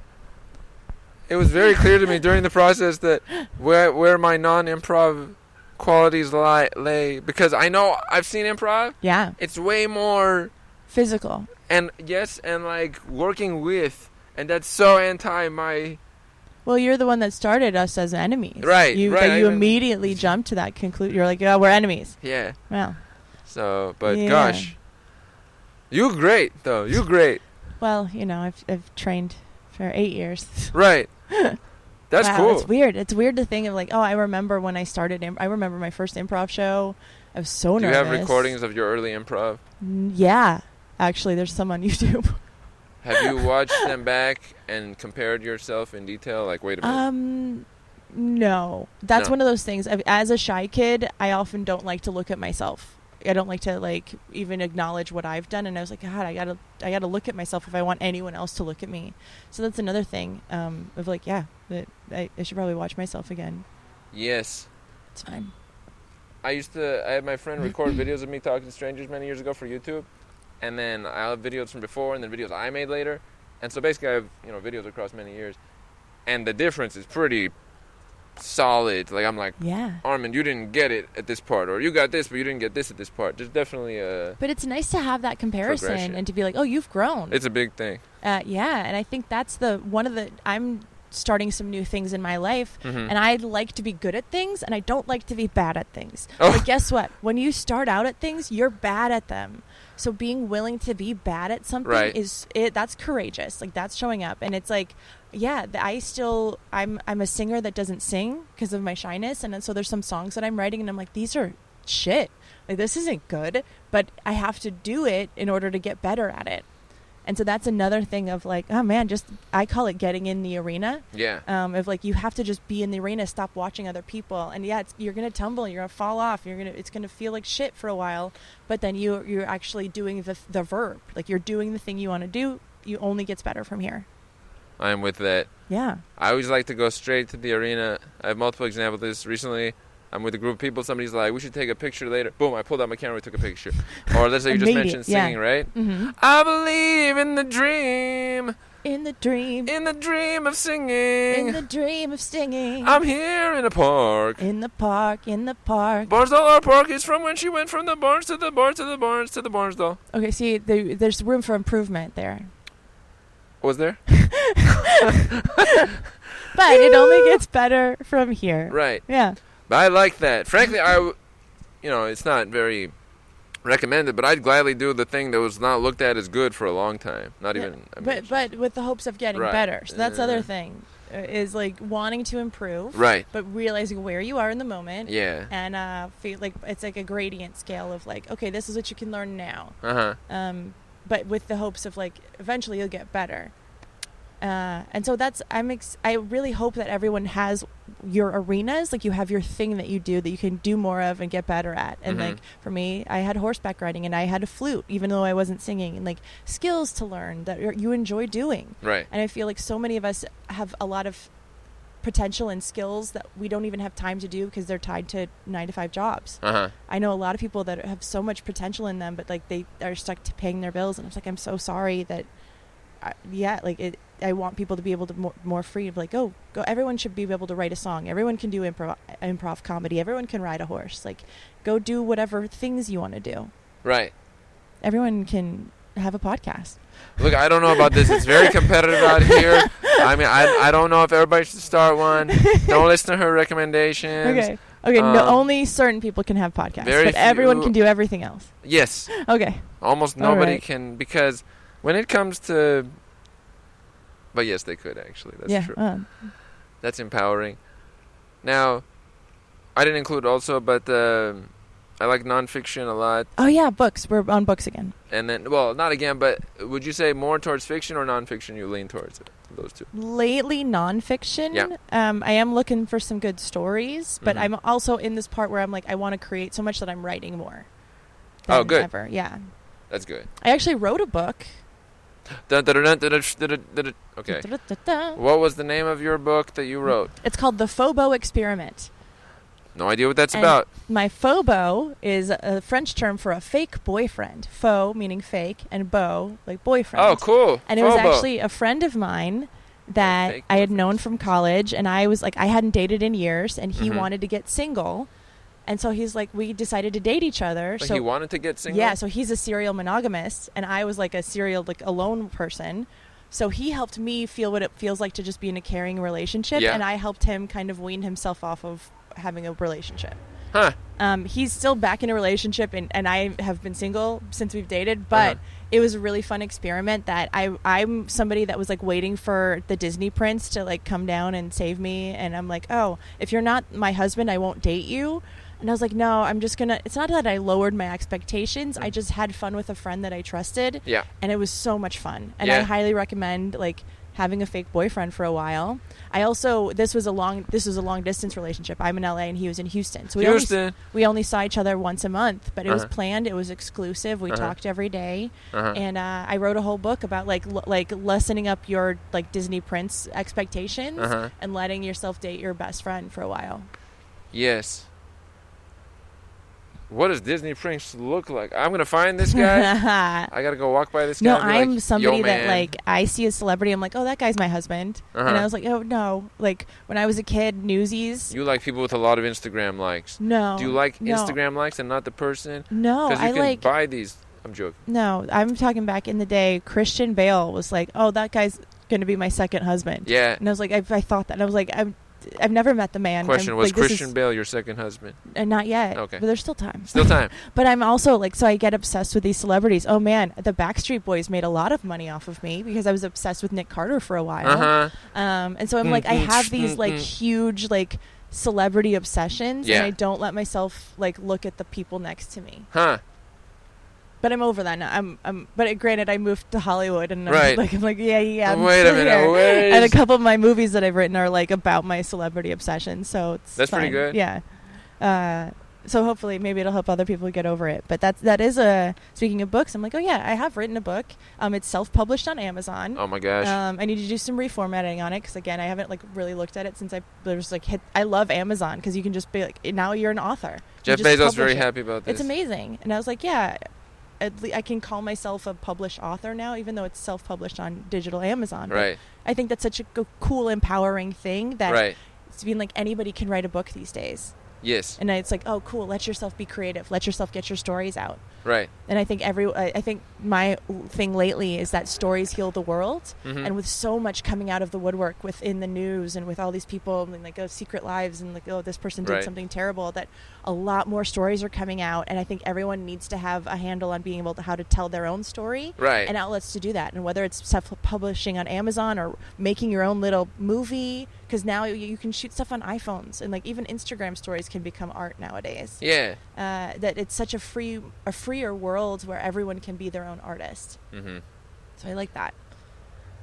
It was very clear to me during the process that where where my non-improv qualities lie lay because I know I've seen improv. Yeah. It's way more Physical. and yes and like working with and that's so anti my Well, you're the one that started us as enemies. Right, You, right, that I you am- immediately jumped to that conclusion. You're like, oh, we're enemies. yeah. Wow. So but Yeah. gosh, you great though. You great. Well, you know, I've, I've trained for eight years. Right. That's wow, cool. It's weird. It's weird to think of like, oh, I remember when I started. Imp- I remember my first improv show. I was so Do you nervous. have recordings of your early improv? Mm, Yeah, actually, there's some on YouTube. Have you watched them back and compared yourself in detail? Like, wait a minute. um, no, that's No. one of those things. I've- As a shy kid, I often don't like to look at myself. I don't like to like even acknowledge what I've done, and I was like, God, I gotta, I gotta look at myself if I want anyone else to look at me. So that's another thing. Um, of like, yeah, that I, I should probably watch myself again. yes. It's fine. I used to. I had my friend record videos of me talking to strangers many years ago for YouTube, and then I have videos from before and then videos I made later, and so basically I have you know videos across many years, and the difference is pretty solid. Like I'm like Yeah. Armin, you didn't get it at this part, or you got this but you didn't get this at this part. There's definitely a. But it's nice to have that comparison Progression. and to be like, oh, you've grown. It's a big thing. uh, yeah, and I think that's the one of the I'm starting some new things in my life, Mhm. and I like to be good at things, and I don't like to be bad at things. Oh. But guess what? When you start out at things, you're bad at them. So being willing to be bad at something Right. is it that's courageous. Like that's showing up, and it's like. Yeah, th- I still I'm I'm a singer that doesn't sing because of my shyness, and then, so there's some songs that I'm writing, and I'm like, these are shit. Like this isn't good, but I have to do it in order to get better at it. And so that's another thing of like, oh man, just I call it getting in the arena. Yeah. Um, of like you have to just be in the arena, stop watching other people, and yeah, it's, you're gonna tumble, you're gonna fall off, you're gonna it's gonna feel like shit for a while, but then you you're actually doing the the verb, like you're doing the thing you want to do. You only gets better from here. I'm with that. Yeah. I always like to go straight to the arena. I have multiple examples of this. Recently, I'm with a group of people. Somebody's like, we should take a picture later. Boom, I pulled out my camera, we took a picture. Or let's say you just Immediate, mentioned yeah. singing, right? Mm-hmm. I believe in the dream. in the dream, In the dream of singing, in the dream of singing, I'm here in a park. in the park, in the park. Barnsdall Park is from when she went from the barns to the barns to the barns to the Barnsdall. Okay, see, the, there's room for improvement there, Was there? but it only gets better from here. Right. Yeah, But I like that. Frankly, I, w- you know, it's not very recommended, but I'd gladly do the thing that was not looked at as good for a long time. Not Yeah, even. I mean, but but with the hopes of getting Right. better. So that's the other Uh. thing, uh, is like wanting to improve, right. but realizing where you are in the moment. Yeah. And uh, feel like it's like a gradient scale of like, okay, this is what you can learn now. Uh huh. um, but with the hopes of like eventually you'll get better. Uh, and so that's I'm ex- I really hope that everyone has your arenas like you have your thing that you do that you can do more of and get better at. And Mhm. like for me, I had horseback riding and I had a flute even though I wasn't singing and like skills to learn that you're- you enjoy doing. Right. And I feel like so many of us have a lot of potential and skills that we don't even have time to do because they're tied to 9 to 5 jobs. Uh huh. I know a lot of people that have so much potential in them, but like they are stuck to paying their bills, and it's like I'm so sorry that, I, yeah, like it. I want people to be able to more, more free of like, oh, go. Everyone should be able to write a song. Everyone can do improv, improv comedy. Everyone can ride a horse. Like, go do whatever things you want to do. Right. Everyone can have a podcast. Look, I don't know about this. It's very competitive out here. I mean, I, I don't know if everybody should start one. Don't listen to her recommendations. Okay, okay. no, um, only certain people can have podcasts, very but everyone few- can do everything else. Yes. Okay, Almost All nobody right. can because when it comes to. But yes, they could actually. That's yeah. true. um, That's empowering. Now, I didn't include also, but um I like nonfiction a lot. oh yeah, books. We're on books again. And then, well, not again, but would you say more towards fiction or nonfiction? You lean towards it, those two. lately nonfiction. Yeah. Um, I am looking for some good stories, but Mhm. I'm also in this part where I'm like, I want to create so much that I'm writing more. Oh, than good. Ever. Yeah. That's good. I actually wrote a book. Dun, dun, dun, dun, dun, dun, dun, dun, dun. Okay. Da-da-da-da. What was the name of your book that you wrote? It's called The Phobo Experiment. No idea what that's And- about. My phobo is a French term for a fake boyfriend. Faux meaning fake, and beau like boyfriend. Oh, cool. And it was Phobo. actually a friend of mine that fake I had boyfriends. known from college, and I was like, I hadn't dated in years, and he Mhm. wanted to get single, and so he's like, we decided to date each other. Like so he wanted to get single. yeah, so he's a serial monogamist, and I was like a serial like alone person. So he helped me feel what it feels like to just be in a caring relationship, Yeah. and I helped him kind of wean himself off of having a relationship. Huh. Um, he's still back in a relationship, and, and I have been single since we've dated. But Uh-huh. it was a really fun experiment that I I'm somebody that was like waiting for the Disney prince to like come down and save me, and I'm like, oh, if you're not my husband, I won't date you. And I was like, no, I'm just gonna. It's not that I lowered my expectations. I just had fun with a friend that I trusted, Mm. Yeah. and it was so much fun. And I Yeah. highly recommend like having a fake boyfriend for a while. I also this was a long this was a long distance relationship. I'm in LA and he was in Houston, so we only- Houston. we only saw each other once a month, but it was Uh-huh. planned. It was exclusive. We Uh-huh. talked every day, Uh-huh. and uh, I wrote a whole book about like l- like lessening up your like Disney prince expectations Uh-huh. and letting yourself date your best friend for a while. Yes. What does Disney Prince look like? I'm gonna find this guy. I gotta go walk by this guy. no, and be like, I'm "Yo, somebody that man." like I see a celebrity, I'm like, oh, that guy's my husband, and Uh-huh. I was like, oh no, like when I was a kid, Newsies. You like people with a lot of Instagram likes. no. Do you like no. Instagram likes and not the person? No, Because you I can like buy these. I'm joking. no. I'm talking back in the day. Christian Bale was like, oh, that guy's going to be my second husband. Yeah. And I was like, I, I thought that. And I was like, I've, I've never met the man. Question I'm, was like, this Christian Bale your second husband? Is, uh, not yet. Okay. But there's still time. Still time. But I'm also like, so I get obsessed with these celebrities. Oh man, the Backstreet Boys made a lot of money off of me because I was obsessed with Nick Carter for a while. uh huh. Um, and so I'm like, I Mm-mm, have these like mm-mm. huge like celebrity obsessions, Mm-hmm. Yeah. and I don't let myself like look at the people next to me. Huh. But I'm over that now. I'm, I'm but granted, I moved to Hollywood, and Right. I'm like, I'm like, yeah, yeah. I'm Wait a still minute. here where and a is- couple of my movies that I've written are like about my celebrity obsession. So it's That's pretty fine. good. Yeah. Uh, so hopefully, maybe it'll help other people get over it. But that's that is a speaking of books. I'm like, oh yeah, I have written a book. Um, it's self published on Amazon. oh my gosh. Um, I need to do some reformatting on it because again, I haven't like really looked at it since I there's like hit. I love Amazon because you can just be like now you're an author. You Jeff just Bezos publish very it. happy about this. It's amazing, and I was like, yeah. at le- I can call myself a published author now, even though it's self-published on digital Amazon. But Right. I think that's such a go- cool, empowering thing that Right. it's being like anybody can write a book these days, Yes. and it's like, oh, cool, let yourself be creative, let yourself get your stories out. Right. And I think every, I I think my thing lately is that stories heal the world, Mhm. and with so much coming out of the woodwork within the news and with all these people and like oh, secret lives and like oh this person did Right. something terrible that a lot more stories are coming out and i think everyone needs to have a handle on being able to how to tell their own story Right. and outlets to do that and whether it's self publishing on amazon or making your own little movie because now you, you can shoot stuff on iphones and like even instagram stories can become art nowadays Yeah. uh, that it's such a free a freer world where everyone can be their own artist hmm so i like that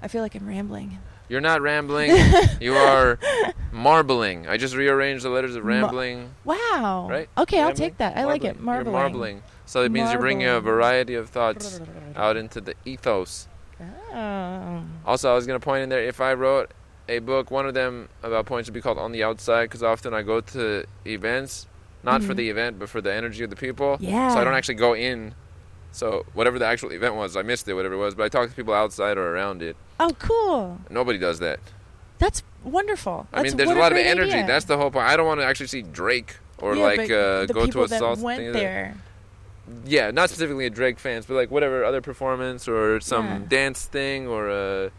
i feel like i'm rambling You're not rambling. you are marbling. I just rearranged the letters of Ma- rambling. Wow. Right? Okay, I'll Rambling? take that. I like it. You're Marbling. marbling. So it means you're bringing a Marbling. variety of thoughts out into the ethos. Oh. Also, I was gonna point in there if I wrote a book, one of them about points would be called "On the Outside" because often I go to events, not for Mhm. the event, but for the energy of the people. Yeah. Oh, So I don't actually go in. So whatever the actual event was, I missed it, whatever it was. But I talk to people outside or around it. Oh, cool. Nobody does that. That's wonderful. I mean, That's- there's what a lot of great energy. idea. That's the whole point. I don't want to actually see Drake or Yeah, like but uh, the go to people a that salt went thing. there. Yeah, not specifically a Drake fans, but like whatever other performance or some Yeah. dance thing or a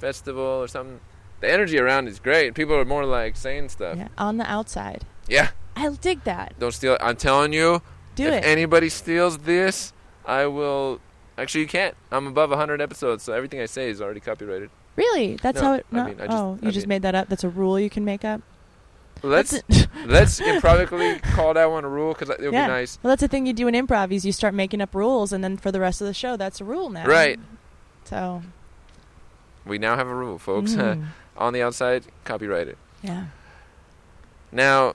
festival or something. The energy around is great. People are more like saying stuff. Yeah, Yeah, on the outside. I'll dig that. don't steal. I'm telling you, Do if it. anybody steals this, I will. Actually, you can't. I'm above 100 episodes, so everything I say is already copyrighted. really? That's No, how it. I No, mean, I just- oh, you I just mean- made that up. That's a rule you can make up. Let's That's a- let's improperly call that one a rule because it would Yeah. be nice. well, that's the thing you do in improv is you start making up rules, and then for the rest of the show, that's a rule now. Right. So. We now have a rule, folks. uh, mm, On the outside, copyrighted. yeah. Now,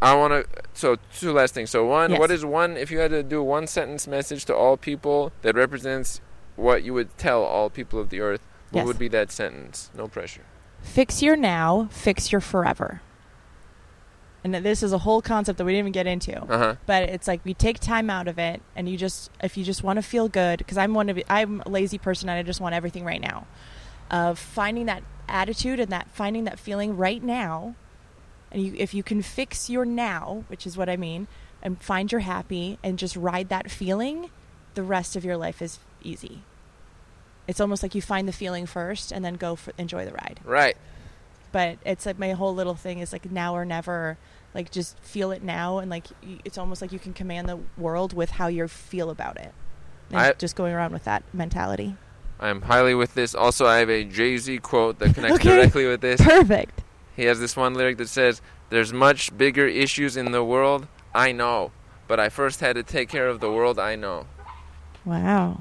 I want to. So, two last things. So, one, Yes. what is one, if you had to do a one sentence message to all people that represents what you would tell all people of the earth, what Yes. would be that sentence? No pressure. Fix your now, fix your forever. And this is a whole concept that we didn't even get into. Uh huh. But it's like we take time out of it, and you just if you just want to feel good, because I'm one of the- I'm a lazy person and I just want everything right now. Of finding that attitude and that finding that feeling right now, and you if you can fix your now, which is what I mean, and find your happy and just ride that feeling, the rest of your life is easy. It's almost like you find the feeling first and then go for, enjoy the ride Right. but it's like my whole little thing is like now or never like just feel it now and like y- it's almost like you can command the world with how you feel about it and I- just going around with that mentality I'm highly with this. Also, I have a Jay Z quote that connects Okay. directly with this. perfect He has this one lyric that says, There's much bigger issues in the world, I know, but I first had to take care of the world I know. wow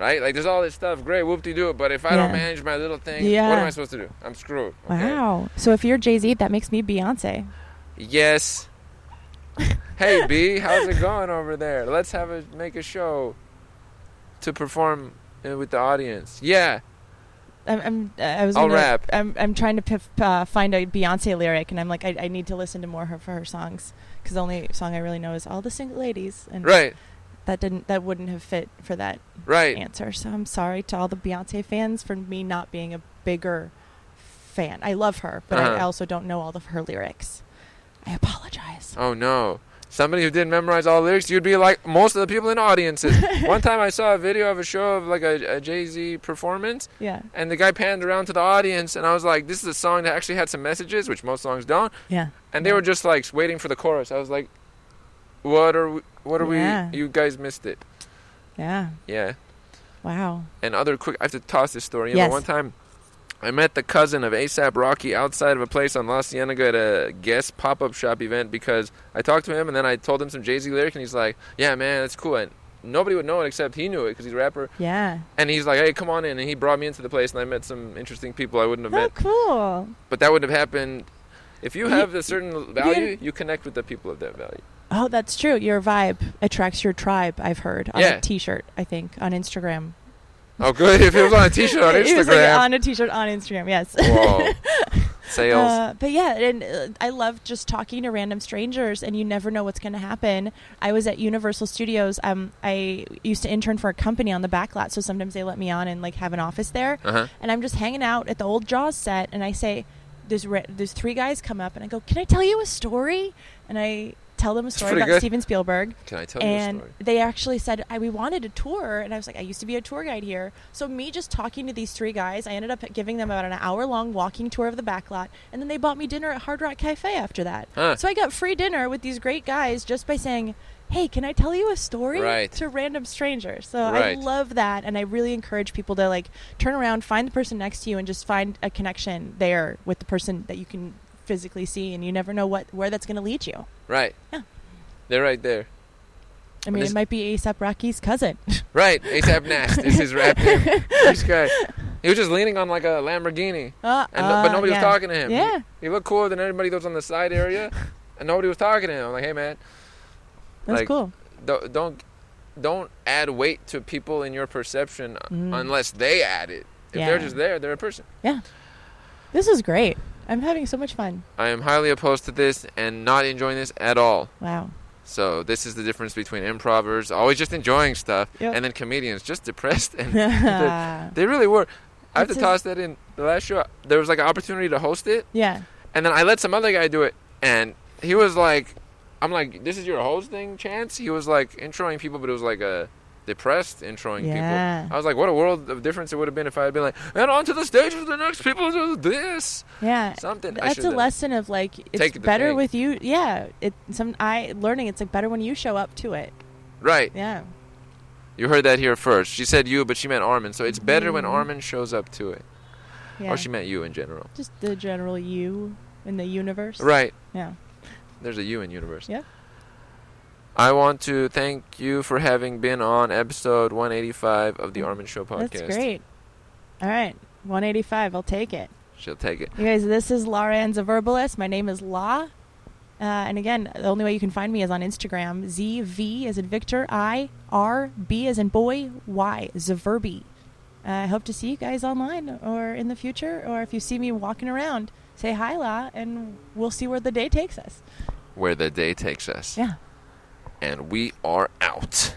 Right? Like, there's all this stuff. Great, whoop de doo. But if I don't Yeah. manage my little thing, what Yeah. am I supposed to do? I'm screwed. okay? wow so if you're jay-z that makes me beyonce Yes. hey B, how's it going over there? Let's have a make a show to perform uh, with the audience. Yeah. i'm, I'm uh, i was I'll gonna- rap. I'm, I'm trying to pif, uh, find a beyonce lyric and i'm like i, I need to listen to more of her, for her songs because the only song i really know is all the single ladies and Right. that didn't that wouldn't have fit for that Right. answer. So I'm sorry to all the Beyonce fans for me not being a bigger fan. I love her, but I Uh-huh. also don't know all of her lyrics. I apologize. Oh no. Somebody who didn't memorize all lyrics, you'd be like most of the people in audiences. One time I saw a video of a show of like a, a Jay Z performance, Yeah. and the guy panned around to the audience, and I was like, this is a song that actually had some messages, which most songs don't. Yeah. And they were just like waiting for the chorus. I was like, what are we, what are Yeah. we, you guys missed it. Yeah. Yeah. Wow. and other quick. I have to toss this story. in, Yes. But one time, I met the cousin of ASAP Rocky outside of a place on La Cienega at a guest pop up shop event because I talked to him and then I told him some Jay Z lyric and he's like, "Yeah, man, that's cool." And nobody would know it except he knew it because he's a rapper. Yeah. And he's like, "Hey, come on in." And he brought me into the place and I met some interesting people I wouldn't have Oh, met. cool. But that wouldn't have happened. If you You- have a certain value, you connect with the people of that value. Oh, that's true. Your vibe attracts your tribe, I've heard on Yeah. a t shirt, I think, on Instagram. Oh, good. If it was on a T-shirt on It was like Instagram. on a t shirt on Instagram, yes. Whoa. sales. Uh, but yeah, and uh, I love just talking to random strangers, and you never know what's going to happen. I was at Universal Studios. Um, I used to intern for a company on the back lot, so sometimes they let me on and like have an office there. Uh-huh. And I'm just hanging out at the old Jaws set, and I say, "There's re- there's three guys come up, and I go, can I tell you a story?" And I tell them a story pretty about good. Steven Spielberg Can I tell and you a story? they actually said I, we wanted a tour and i was like i used to be a tour guide here so me just talking to these three guys i ended up giving them about an hour long walking tour of the back lot and then they bought me dinner at hard rock cafe after that Huh. so i got free dinner with these great guys just by saying hey can i tell you a story Right. to random strangers so i Right. love that and i really encourage people to like turn around find the person next to you and just find a connection there with the person that you can physically see and you never know what where that's going to lead you Right. Yeah. They're right there. i mean This- it might be aesop rocky's cousin Right. ASAP Nast is his rap name. This guy. He was just leaning on like a Lamborghini, Uh, and no- but uh, nobody yeah. was talking to him. He- Yeah. He, looked cooler than anybody that was on the side area, and nobody was talking to him. I'm like, hey man, That's like, cool. don't don't don't add weight to people in your perception Mm. unless they add it. If Yeah. they're just there, they're a person. This is great. I'm having so much fun. I am highly opposed to this and not enjoying this at all. Wow. So this is the difference between improvers always just enjoying stuff Yep. and then comedians just depressed and they- yeah. they really were. I have to It's a- toss that in. The last show there was like an opportunity to host it and then I let some other guy do it and he was like I'm like this is your hosting chance? He was like introing people but it was like a depressed introing people. Yeah. I was like, what a world of difference it would have been if I had been like, and onto the stage with the next people do this Yeah. something. I Uh, That's should've a done. lesson of like it's Take the better thing. with you. Yeah. It some I learning it's like better when you show up to it. Right, Yeah. you heard that here first. She said you, but she meant Armin. So it's better when Mhm. Armin shows up to it, Yeah. or Oh, she meant you in general. Just the general you in the universe. Right, Yeah. there's a you in universe. Yep. I want to thank you for having been on episode 185 of the Armin Show podcast. Mm. That's great. All right. 185. I'll take it. She'll take it. You guys, this is Laura Anza Verbalis. My name is La. Uh, and again, the only way you can find me is on Instagram. ZV as in Victor, I, R, B as in boy, Y, Zaverbi. Uh, I hope to see you guys online or in the future, or if you see me walking around, say hi, La, and we'll see where the day takes us. Where the day takes us, Yeah. and we are out.